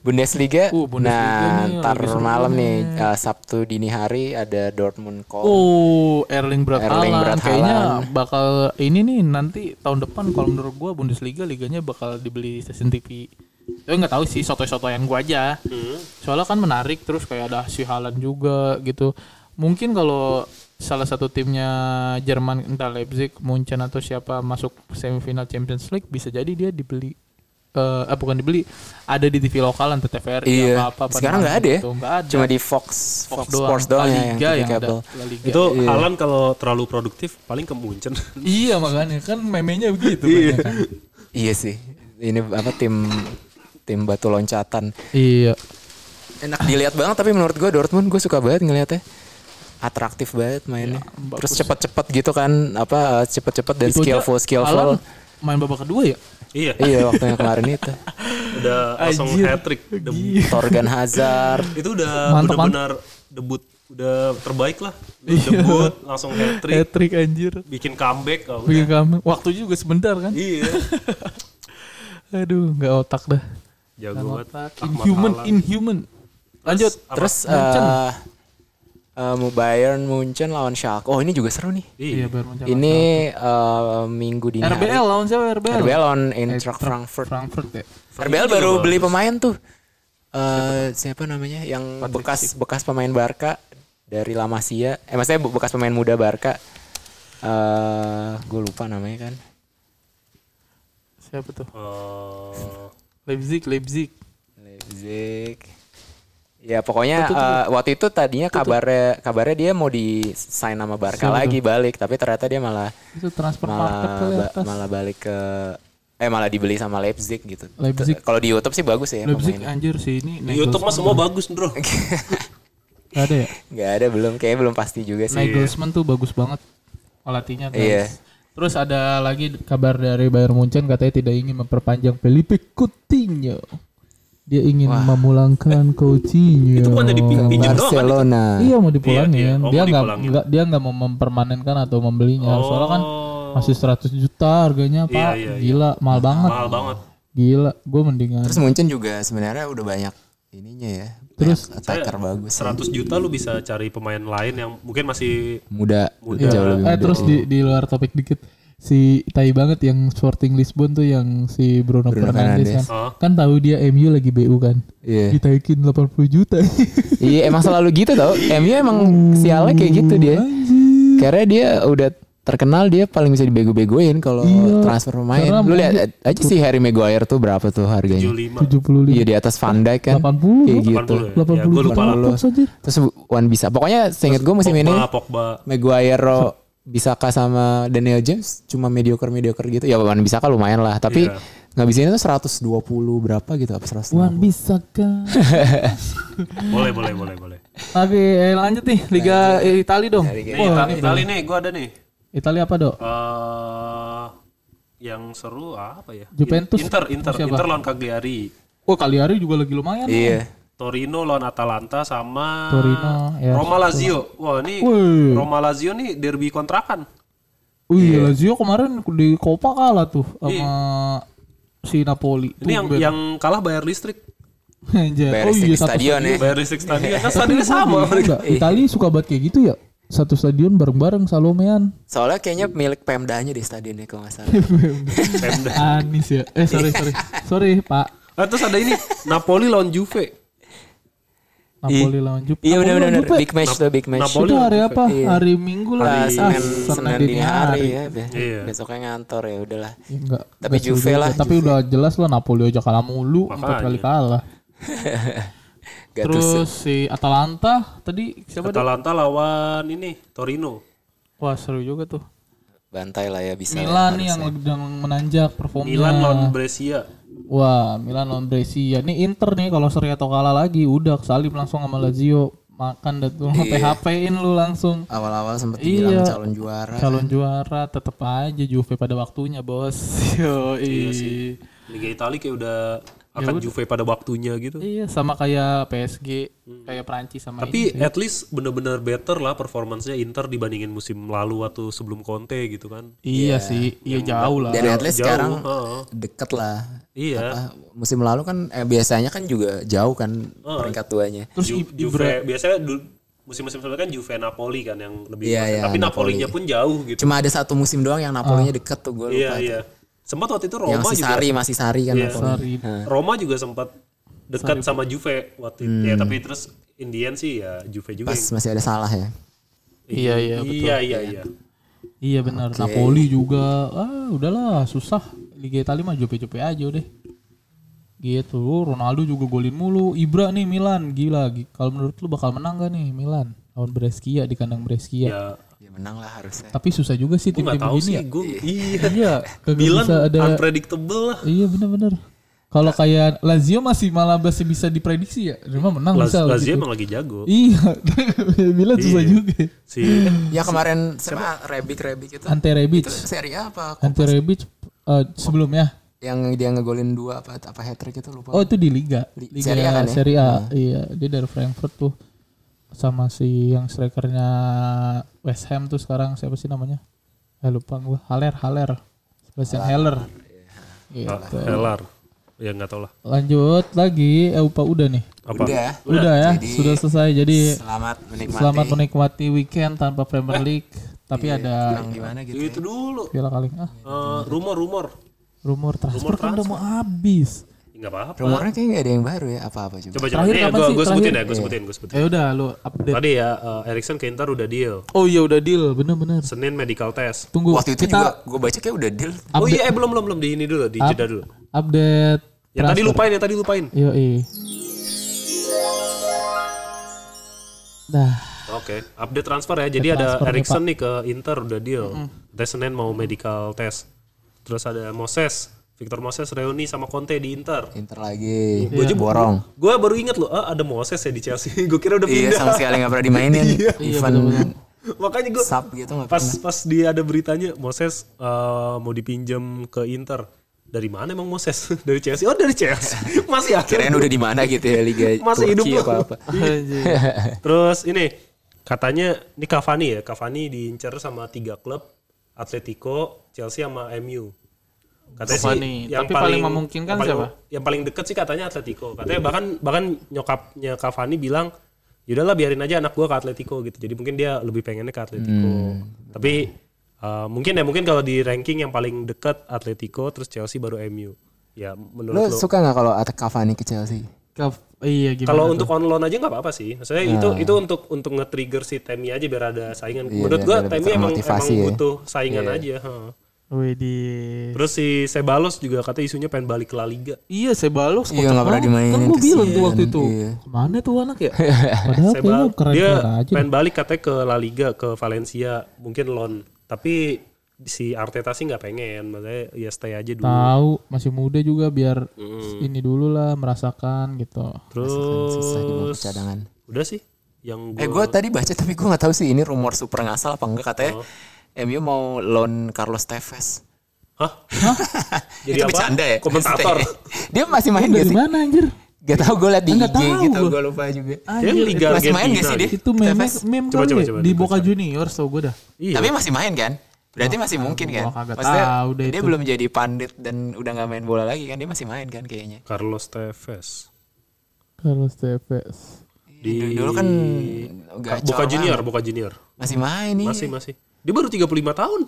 Bundesliga.
Uh, Bundesliga
nah,
nih,
ntar
lebih seru
malam nih eh, Sabtu dini hari ada Dortmund Köln.
oh Erling Braut
Erling
Haaland.
Braut
kayaknya
Haaland.
bakal ini nih nanti tahun depan kalau menurut gue Bundesliga liganya bakal dibeli stasiun TV tapi nggak tahu sih soto-soto yang gue aja soalnya kan menarik terus kayak ada si Haaland juga gitu mungkin kalau salah satu timnya Jerman entah Leipzig Munchen atau siapa masuk semifinal Champions League bisa jadi dia dibeli eh eh, bukan dibeli ada di TV lokal atau TVRI
Iya.
apa apa gitu.
Sekarang nggak ada ya?
nggak ada
Cuma di Fox Fox, Sports
La
doang ya
Liga
TV
yang, ada.
kabel.
La Liga.
itu Haaland kalau terlalu produktif paling ke Munchen.
Iya makanya kan memenya begitu. kan. kebanyakan.
Iya sih. Ini apa tim tim batu loncatan.
iya.
Enak dilihat banget tapi menurut gue Dortmund gue suka banget ngelihatnya. Atraktif banget mainnya.
Ya,
Terus cepet-cepet gitu kan apa eh, cepet-cepet dan
Itu aja
skillful skillful.
Haaland main babak kedua ya?
iya,
iya waktu yang kemarin itu.
udah langsung
Anjir. Iya.
hat trick.
Torgan Hazard.
Itu udah
Mantap,
benar-benar debut udah terbaik lah. Lu debut langsung hat trick,
Iya. Hat-trick Iya. anjir.
bikin comeback kalau
Bikin kami. Waktu juga sebentar kan.
Iya.
Aduh, nggak otak dah.
Jago banget. Ahmad
Inhuman,
Haaland.
inhuman. Lanjut.
Terus
Munchen.
eh, eh, mau Bayern Munchen lawan Schalke. Oh ini juga seru nih.
Iya, Bayern Munchen.
Ini eh, minggu dini
RBL
hari.
lawan siapa RBL?
RBL lawan Eintracht Frankfurt.
Frankfurt ya.
RBL baru beli pemain tuh. Eh, siapa namanya yang bekas bekas pemain Barca dari La Masia. Eh maksudnya be- bekas pemain muda Barca. Eh gue lupa namanya kan.
Siapa tuh?
Eh,
Leipzig, Leipzig.
Leipzig. Ya pokoknya eh, waktu itu tadinya kabarnya kabarnya dia mau di sign sama Barca lagi balik tapi ternyata dia malah
Itu transfer
Nah,
market
malah
kali ya.
ba- malah balik ke eh malah dibeli sama Leipzig gitu.
Leipzig.
T- Kalau di YouTube sih bagus ya
Leipzig
pemainnya.
anjir sih ini.
di YouTube mah semua bagus, Bro.
Nggak ada ya?
Nggak ada belum kayaknya belum pasti juga sih.
Nagelsmann tuh bagus banget pelatihnya guys.
Iya.
Terus ada lagi kabar dari Bayern Munchen katanya tidak ingin memperpanjang Felipe Coutinho. Dia ingin memulangkan Coutinho.
Eh, Itu bukan jadi pin- pinjam doang kan?
Barcelona.
Iya mau dipulangin.
Iya, iya. Oh,
Dia
mau
nggak
dipulangin. Oh.
nggak dia nggak mau mempermanenkan atau membelinya. Soalnya kan masih 100 juta harganya pak.
iya,
Gila mahal banget.
Mahal banget.
Gila. Gue mendingan.
Terus Munchen juga sebenarnya udah banyak ininya ya.
Terus-
Banyak attacker bagus.
100 juta lu bisa cari pemain lain yang mungkin masih
Muda,
Muda.
jauh lebih
eh
muda.
terus di, di luar topik dikit si tai banget yang Sporting Lisbon tuh yang si Bruno,
Bruno
Fernandes kan.
Fernandes.
Oh.
Kan tahu dia MU lagi BU kan.
Iya.
Ditaikin 80 juta.
Iya emang selalu gitu tau MU emang sialnya kayak gitu dia Karena dia udah terkenal dia paling bisa dibego-begoin kalau transfer pemain.
Karena
Lu lihat aja si Harry Maguire tuh berapa tuh harganya?
75.
75.
Iya di atas Van Dijk kan.
80
Kayak
lu.
gitu.
80 ya. Ya,
Iya,
gue lupa lah.
Terus anjir.
Terus Wan bisa. Pokoknya seinget gue musim ini
Pogba, Pogba.
Maguire Bisaka sama Daniel James cuma mediocre-mediocre gitu. Ya Wan Bisaka lumayan lah, tapi
Iya.
ngabisinnya tuh 120 berapa gitu apa 100.
Wan bisa kan.
Boleh, boleh, boleh, boleh.
Oke, eh, lanjut nih Liga Italia dong.
Nih, Nah, Itali, Itali nih, gua ada nih.
Italia apa, Dok?
eh yang seru apa ya?
Juventus
Inter, Inter,
siapa?
Inter lawan Cagliari.
Oh, Cagliari juga lagi lumayan.
Iya.
Torino lawan Atalanta sama
Torino, ya.
Roma Lazio. Wah, ini
Wih.
Roma Lazio nih derby kontrakan.
Wih,
Iya.
Lazio kemarin di Coppa kalah tuh sama si Napoli.
Ini yang yang kalah bayar listrik.
Anjir. Oh, iya,
Beres di stadion ya.
Bayar listrik stadion. Kan stadionnya sama. Iya.
Enggak, Italia suka banget kayak gitu ya. Satu stadion bareng-bareng Salomean.
Soalnya kayaknya milik Pemdanya di stadionnya kalau nggak salah.
Pemda. Iya.
Anis ya. Eh sorry sorry. Sorry Pak.
Ah, terus ada ini Napoli lawan Juve.
Napoli lawan Juve.
Iya
Napoli lawan
benar-benar
Juve.
big match tuh big match.
Napoli
Itu hari apa? Hari Minggu lah. Ah.
Nah, Senin, Senin dini hari ya. Be-
Iya.
Besoknya ngantor ya udahlah.
Ya, enggak.
Tapi
Enggak
Juve
juga.
lah,
Tapi udah jelas lah Napoli aja kalah mulu, empat kali kalah.
Gattuso.
Terus si Atalanta tadi siapa?
Atalanta lawan ini Torino.
Wah, seru juga tuh.
bantai lah ya bisa.
Milan nih yang sedang menanjak performnya.
Milan lawan Brescia.
Wah, Milan lawan Brescia. Ini Inter nih kalau seri atau kalah lagi udah kesalip langsung sama Lazio. makan dah tuh PHP-in lu langsung
Awal-awal sempet
Iya.
bilang calon juara.
calon juara tetep aja Juve pada waktunya bos yo iya,
Liga Italia kayak udah
Ya
akan Juve pada waktunya gitu.
Iya, sama kayak PSG kayak Perancis sama
Tapi at least bener-bener better lah performancenya Inter dibandingin musim lalu atau sebelum Conte gitu kan.
iya sih iya jauh lah
Dan at least
Jauh,
sekarang
heeh.
deket lah.
Iya.
Ah, musim lalu kan eh, biasanya kan juga jauh kan
Oh.
peringkat duanya.
terus I-
Ju-
Ibra
Juve biasanya du- musim-musim sebelumnya kan Juve Napoli kan yang lebih
Iya,
kuat.
iya,
Tapi
Napoli.
Napolinya pun jauh gitu.
Cuma ada satu musim doang yang
Oh.
Napolinya deket tuh gue
Iya,
lupa.
iya. Sempat waktu itu
Yang
Roma
masih
juga Iya,
Sari, masih Sari kan Napoli.
Sari.
Roma juga sempat dekat sama Juve waktu itu. Ya, tapi terus Indian sih ya Juve juga.
Hmm. Pas
yang-
masih ada salah ya.
iya iya betul
Iya, iya, iya.
iya benar Napoli juga ah udahlah susah Liga Italia mah Juve-Juve aja deh gitu Ronaldo juga golin mulu Ibra nih Milan gila Gi- kalau menurut lu bakal menang gak nih Milan lawan Brescia di kandang Brescia
Ya,
Ya menang lah harusnya.
tapi susah juga sih
gue
tim-tim
nggak tahu
begini
sih
ya
gue. Iya.
iya kagak
Milan
bisa ada
unpredictable lah.
Iya benar-benar. Kalau kayak Lazio masih malah masih bisa diprediksi ya. Cuma menang
Laz-
bisa
Lazio Iya.
gitu.
emang lagi jago.
Iya. Milan susah juga.
Si
Ya kemarin siapa Rebic Rebic itu
Ante Rebic.
seri apa?
Ante Rebic eh, sebelumnya.
Yang dia ngegolin dua apa apa hat trick itu lupa.
Oh itu di Liga.
Di-
Liga
Serie A kan ya?
Serie A. Iya, dia dari Frankfurt tuh sama si yang strikernya West Ham tuh sekarang siapa sih namanya? Eh lupa gua. Haller, Haller. Sebastian Haller. Gitu.
Helar. Ya nggak tahu lah.
Lanjut lagi. Eh Upa udah nih.
Apa?
Udah.
Udah ya, sudah selesai. Jadi
Selamat menikmati.
Selamat menikmati weekend tanpa Premier League, tapi ada
Yang gimana gitu.
Itu dulu.
piala kali ah
Eh, rumor-rumor.
rumor transfer kan udah mau habis.
Ya, Nggak apa-apa.
Rumornya kayaknya nggak ada yang baru ya apa-apa coba.
Coba coba
Terakhir
nih,
kapan
gue
sih?
gue sebutin ya,
Terakhir.
gue sebutin, gue sebutin.
Ya udah lu update.
Tadi ya eh, Erikson ke Inter udah deal.
Oh iya udah deal, bener-bener.
Senin medical test.
Tunggu
Waktu itu
kita
juga gue baca kayak udah deal.
Oh iya, eh, belum belum belum di ini dulu, di jeda dulu.
update.
Yang tadi lupain, yang tadi lupain.
Yo Dah,
Oke, update transfer ya. Jadi ada Erikson nih ke Inter udah deal. Tes Senin mau medical test. Terus ada Moses, Victor Moses reuni sama Conte di Inter.
Inter lagi Iya,
Gua aja-
borong.
Gue baru inget loh, ah, ada Moses ya di Chelsea. gue kira udah
Iya
pindah.
sama sekali nggak pernah dimainin.
Iya.
Iya,
Even
Makanya gue
sub gitu nggak
pas pas dia ada beritanya Moses eh, mau dipinjam ke Inter. Dari mana emang Moses? dari Chelsea. Oh dari Chelsea. Masih akhir.
kirain udah di mana gitu ya liga
Masih hidup
Turki
loh.
apa apa
Terus ini katanya ini Cavani ya, Cavani diincar sama tiga klub, Atletico, Chelsea sama MU. Katanya
Cavani, tapi paling memungkinkan
yang paling-
siapa?
Yang paling deket sih katanya Atletico. Katanya bahkan bahkan nyokapnya Cavani bilang yaudahlah biarin aja anak gua ke Atletico gitu. Jadi mungkin dia lebih pengennya ke Atletico. Tapi uh, mungkin ya mungkin kalau di ranking yang paling dekat Atletico terus Chelsea baru MU. Ya
lo
menurut lo
suka nggak kalau Atak Cavani ke Chelsea
Ke- iya gimana?
kalau untuk on loan aja nggak apa-apa sih. Maksudnya itu itu untuk untuk nge-trigger si Temi aja biar ada saingan. Menurut
biar- biar
gua
lebih
Temi emang emang
termotivasi ya.
butuh saingan aja. ha.
Widih.
Terus si Sebalos juga katanya isunya pengen balik ke La Liga.
Iya, Sebalos
Iya, nggak
kontrak lama.
pernah
Kan
dimainin,
gue bilang tuh waktu
kesian.
itu.
Iya.
Kemana tuh anak ya? Padahal kayaknya
Sebal-
keren
dia
aja.
pengen balik katanya ke La Liga ke Valencia mungkin loan. Tapi si Arteta sih nggak pengen. Maksudnya ya stay aja dulu.
tahu masih muda juga biar
Hmm.
ini dulu lah merasakan gitu
susah di bawah
Terus
cadangan
udah sih yang
eh
gua
gue tadi baca tapi gue nggak tahu sih ini rumor super ngasal apa enggak katanya
Oh.
MU mau loan Carlos Tevez
Hah?
itu
apa?
bercanda ya
Komentator.
dia masih main gak
di
Iya sih
mana anjir
gak tau gue liat di
Nggak
IG
tahu
gitu
gua.
gue lupa juga
Dia
Anjir,
Liga
Masih main
Argentina
nggak sih
dia?
dia?
itu meme
Tevez.
meme
Coba,
kali
coba,
ya,
coba,
di
coba,
Boca Junior so gue dah
Iya.
tapi masih main kan berarti masih mungkin kan
gua kagak
maksudnya
tahu deh
dia belum jadi pandit dan udah nggak main bola lagi kan dia masih main kan kayaknya
Carlos Tevez.
Carlos Tevez
di dulu kan gak Iya.
Boca Junior, Boca Junior.
masih main nih
Masih, masih. Dia baru 35 tahun.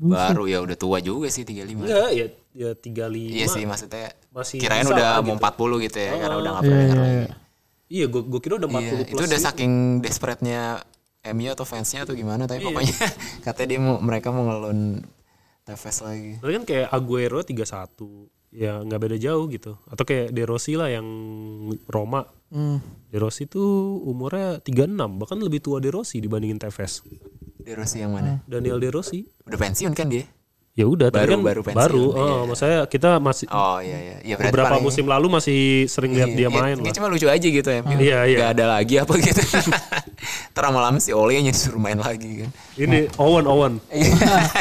baru ya udah tua juga sih 35
Enggak, ya ya 35.
iya sih maksudnya
Masih
kirain
bisa
udah
lah
mau 40 gitu ya karena udah nggak
iya
pernah
iya
lagi.
iya.
Iya, gua, gua kira udah 40
Iya,
plus.
itu udah saking desperate-nya MU atau fansnya atau gimana
Iya.
tapi pokoknya katanya dia mau mereka mau ngelon Tevez lagi
Tapi kan kayak Aguero 31. Ya nggak beda jauh gitu. Atau kayak De Rossi lah yang Roma.
Hmm.
De Rossi tuh umurnya 36, bahkan lebih tua De Rossi dibandingin Tevez.
De Rossi yang mana
Daniel De Rossi.
udah pensiun kan dia
ya udah tapi
Baru-
kan
baru pensiun, Iya.
baru eh, maksudnya kita masih
Oh iya iya. Ya, berarti
beberapa
paling-
musim lalu masih sering lihat dia
Iya,
main
dia
lah
cuma lucu aja gitu ya.
Iya, iya.
Gak ada lagi apa gitu. Ntar lama-lama si Ole nya disuruh main lagi kan.
ini Owen Owen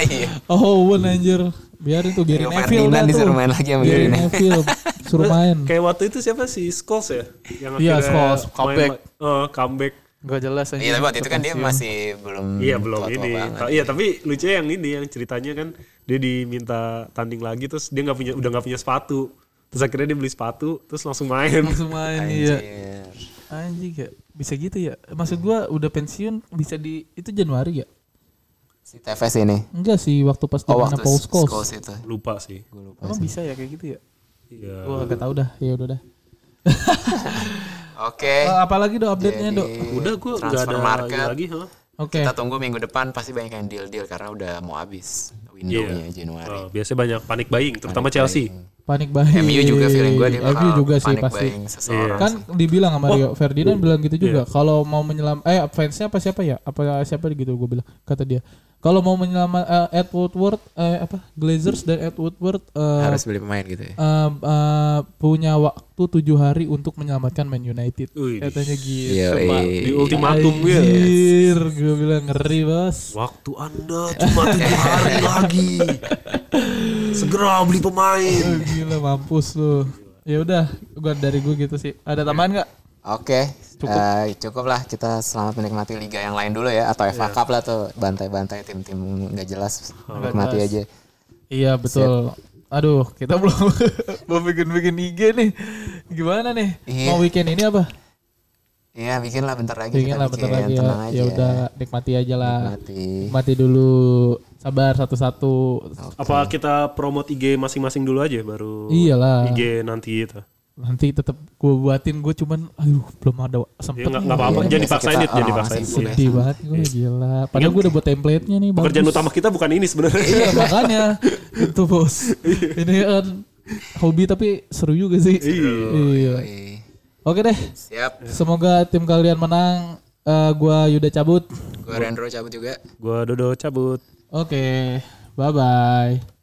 Iya.
Oh, Owen anjir. Biarin tuh biarin
Rio
Neville dah
Ferdinand
tuh.
Iya, disuruh main lagi sama
Biarin
Gary Neville.
Neville suruh main.
kayak waktu itu siapa sih Scholes ya yang
Iya,
akhirnya
Scholes,
main
comeback.
la- eh, comeback
Gak jelas anjir.
Iya tapi waktu itu kan dia masih belum
Iya belum
tua-tua
ini.
banget.
Iya tapi lucunya yang ini yang ceritanya kan dia diminta tanding lagi terus dia nggak punya udah nggak punya sepatu. Terus akhirnya dia beli sepatu terus langsung main.
langsung main iya. Anjing ya. Bisa gitu ya. Maksud gua udah pensiun bisa di itu Januari ya?
Si Tevez ini.
Enggak sih waktu pas
Oh
zamannya
waktu
Paul Scholes.
Scholes itu.
Lupa sih.
Gue lupa.
Emang bisa ya kayak gitu ya?
Iya.
Gua gak tahu dah. Ya udah dah.
Oke.
Eh, Apalagi do update-nya do.
Jadi,
Udah gue nggak
transfer
ada
market.
lagi. Huh?
Oke.
Kita tunggu minggu depan pasti banyak yang deal-deal karena udah mau habis windownya
Iya.
Januari.
Oh, biasanya banyak panic buying terutama Chelsea.
Panik buying.
MU juga feeling gue dia bakal
MU Iya. juga sih
panic
pasti.
buying
Iya.
seseorang.
Kan dibilang sama Rio Ferdinand bilang gitu juga. Kalau mau menyelam eh fansnya apa siapa ya? Apa siapa gitu gue bilang kata dia. Kalau mau menyelamat eh, Ed Woodward eh, apa Glazers dan Ed Woodward eh,
Harus beli pemain gitu ya.
eh, eh, punya waktu tujuh hari untuk menyelamatkan Man United.
Wih.
Katanya gitu.
Iya,
Coba
iya.
di ultimatum gue.
Anjir, gue bilang ngeri bos.
Waktu anda cuma tujuh hari lagi. Segera beli pemain.
Eh, Gila mampus lu. Ya udah, gua dari gue gitu sih. Ada tambahan nggak?
Oke, cukup. cukup lah kita selamat menikmati liga yang lain dulu ya atau
Iya.
FA Cup lah tuh bantai-bantai tim-tim nggak jelas nikmati aja.
Iya betul. Aduh, kita belum mau bikin-bikin IG nih. Gimana nih?
Iya.
Mau weekend ini apa?
Iya bikin lah bentar lagi
Bikin
kita
lah
bikin
bentar lagi
tenang
ya.
aja.
Ya udah nikmati aja lah.
Nikmati.
Nikmati dulu. Sabar satu-satu.
Apa kita promote IG masing-masing dulu aja baru
Iyalah.
IG nanti itu.
Nanti tetap gue buatin gue cuman aduh belum ada
Ya
sempet
nggak
nih.
nggak
Iya,
apa-apa. Jangan
biasa
dipaksain
kita
Dit, jangan
orang-orang
dipaksain.
sibuk
Iya.
Sedih banget gue gila. Padahal gue udah buat template-nya nih bagus.
Pekerjaan utama kita bukan ini sebenarnya.
Iya makanya itu bos.
Iya.
Ini kan hobi tapi seru juga sih. Iya.
Oke.
Oke deh.
Siap.
Semoga tim kalian menang. Eh, gua Yuda cabut.
Gue Rendro cabut juga.
Gua Dodo cabut.
Oke, bye bye.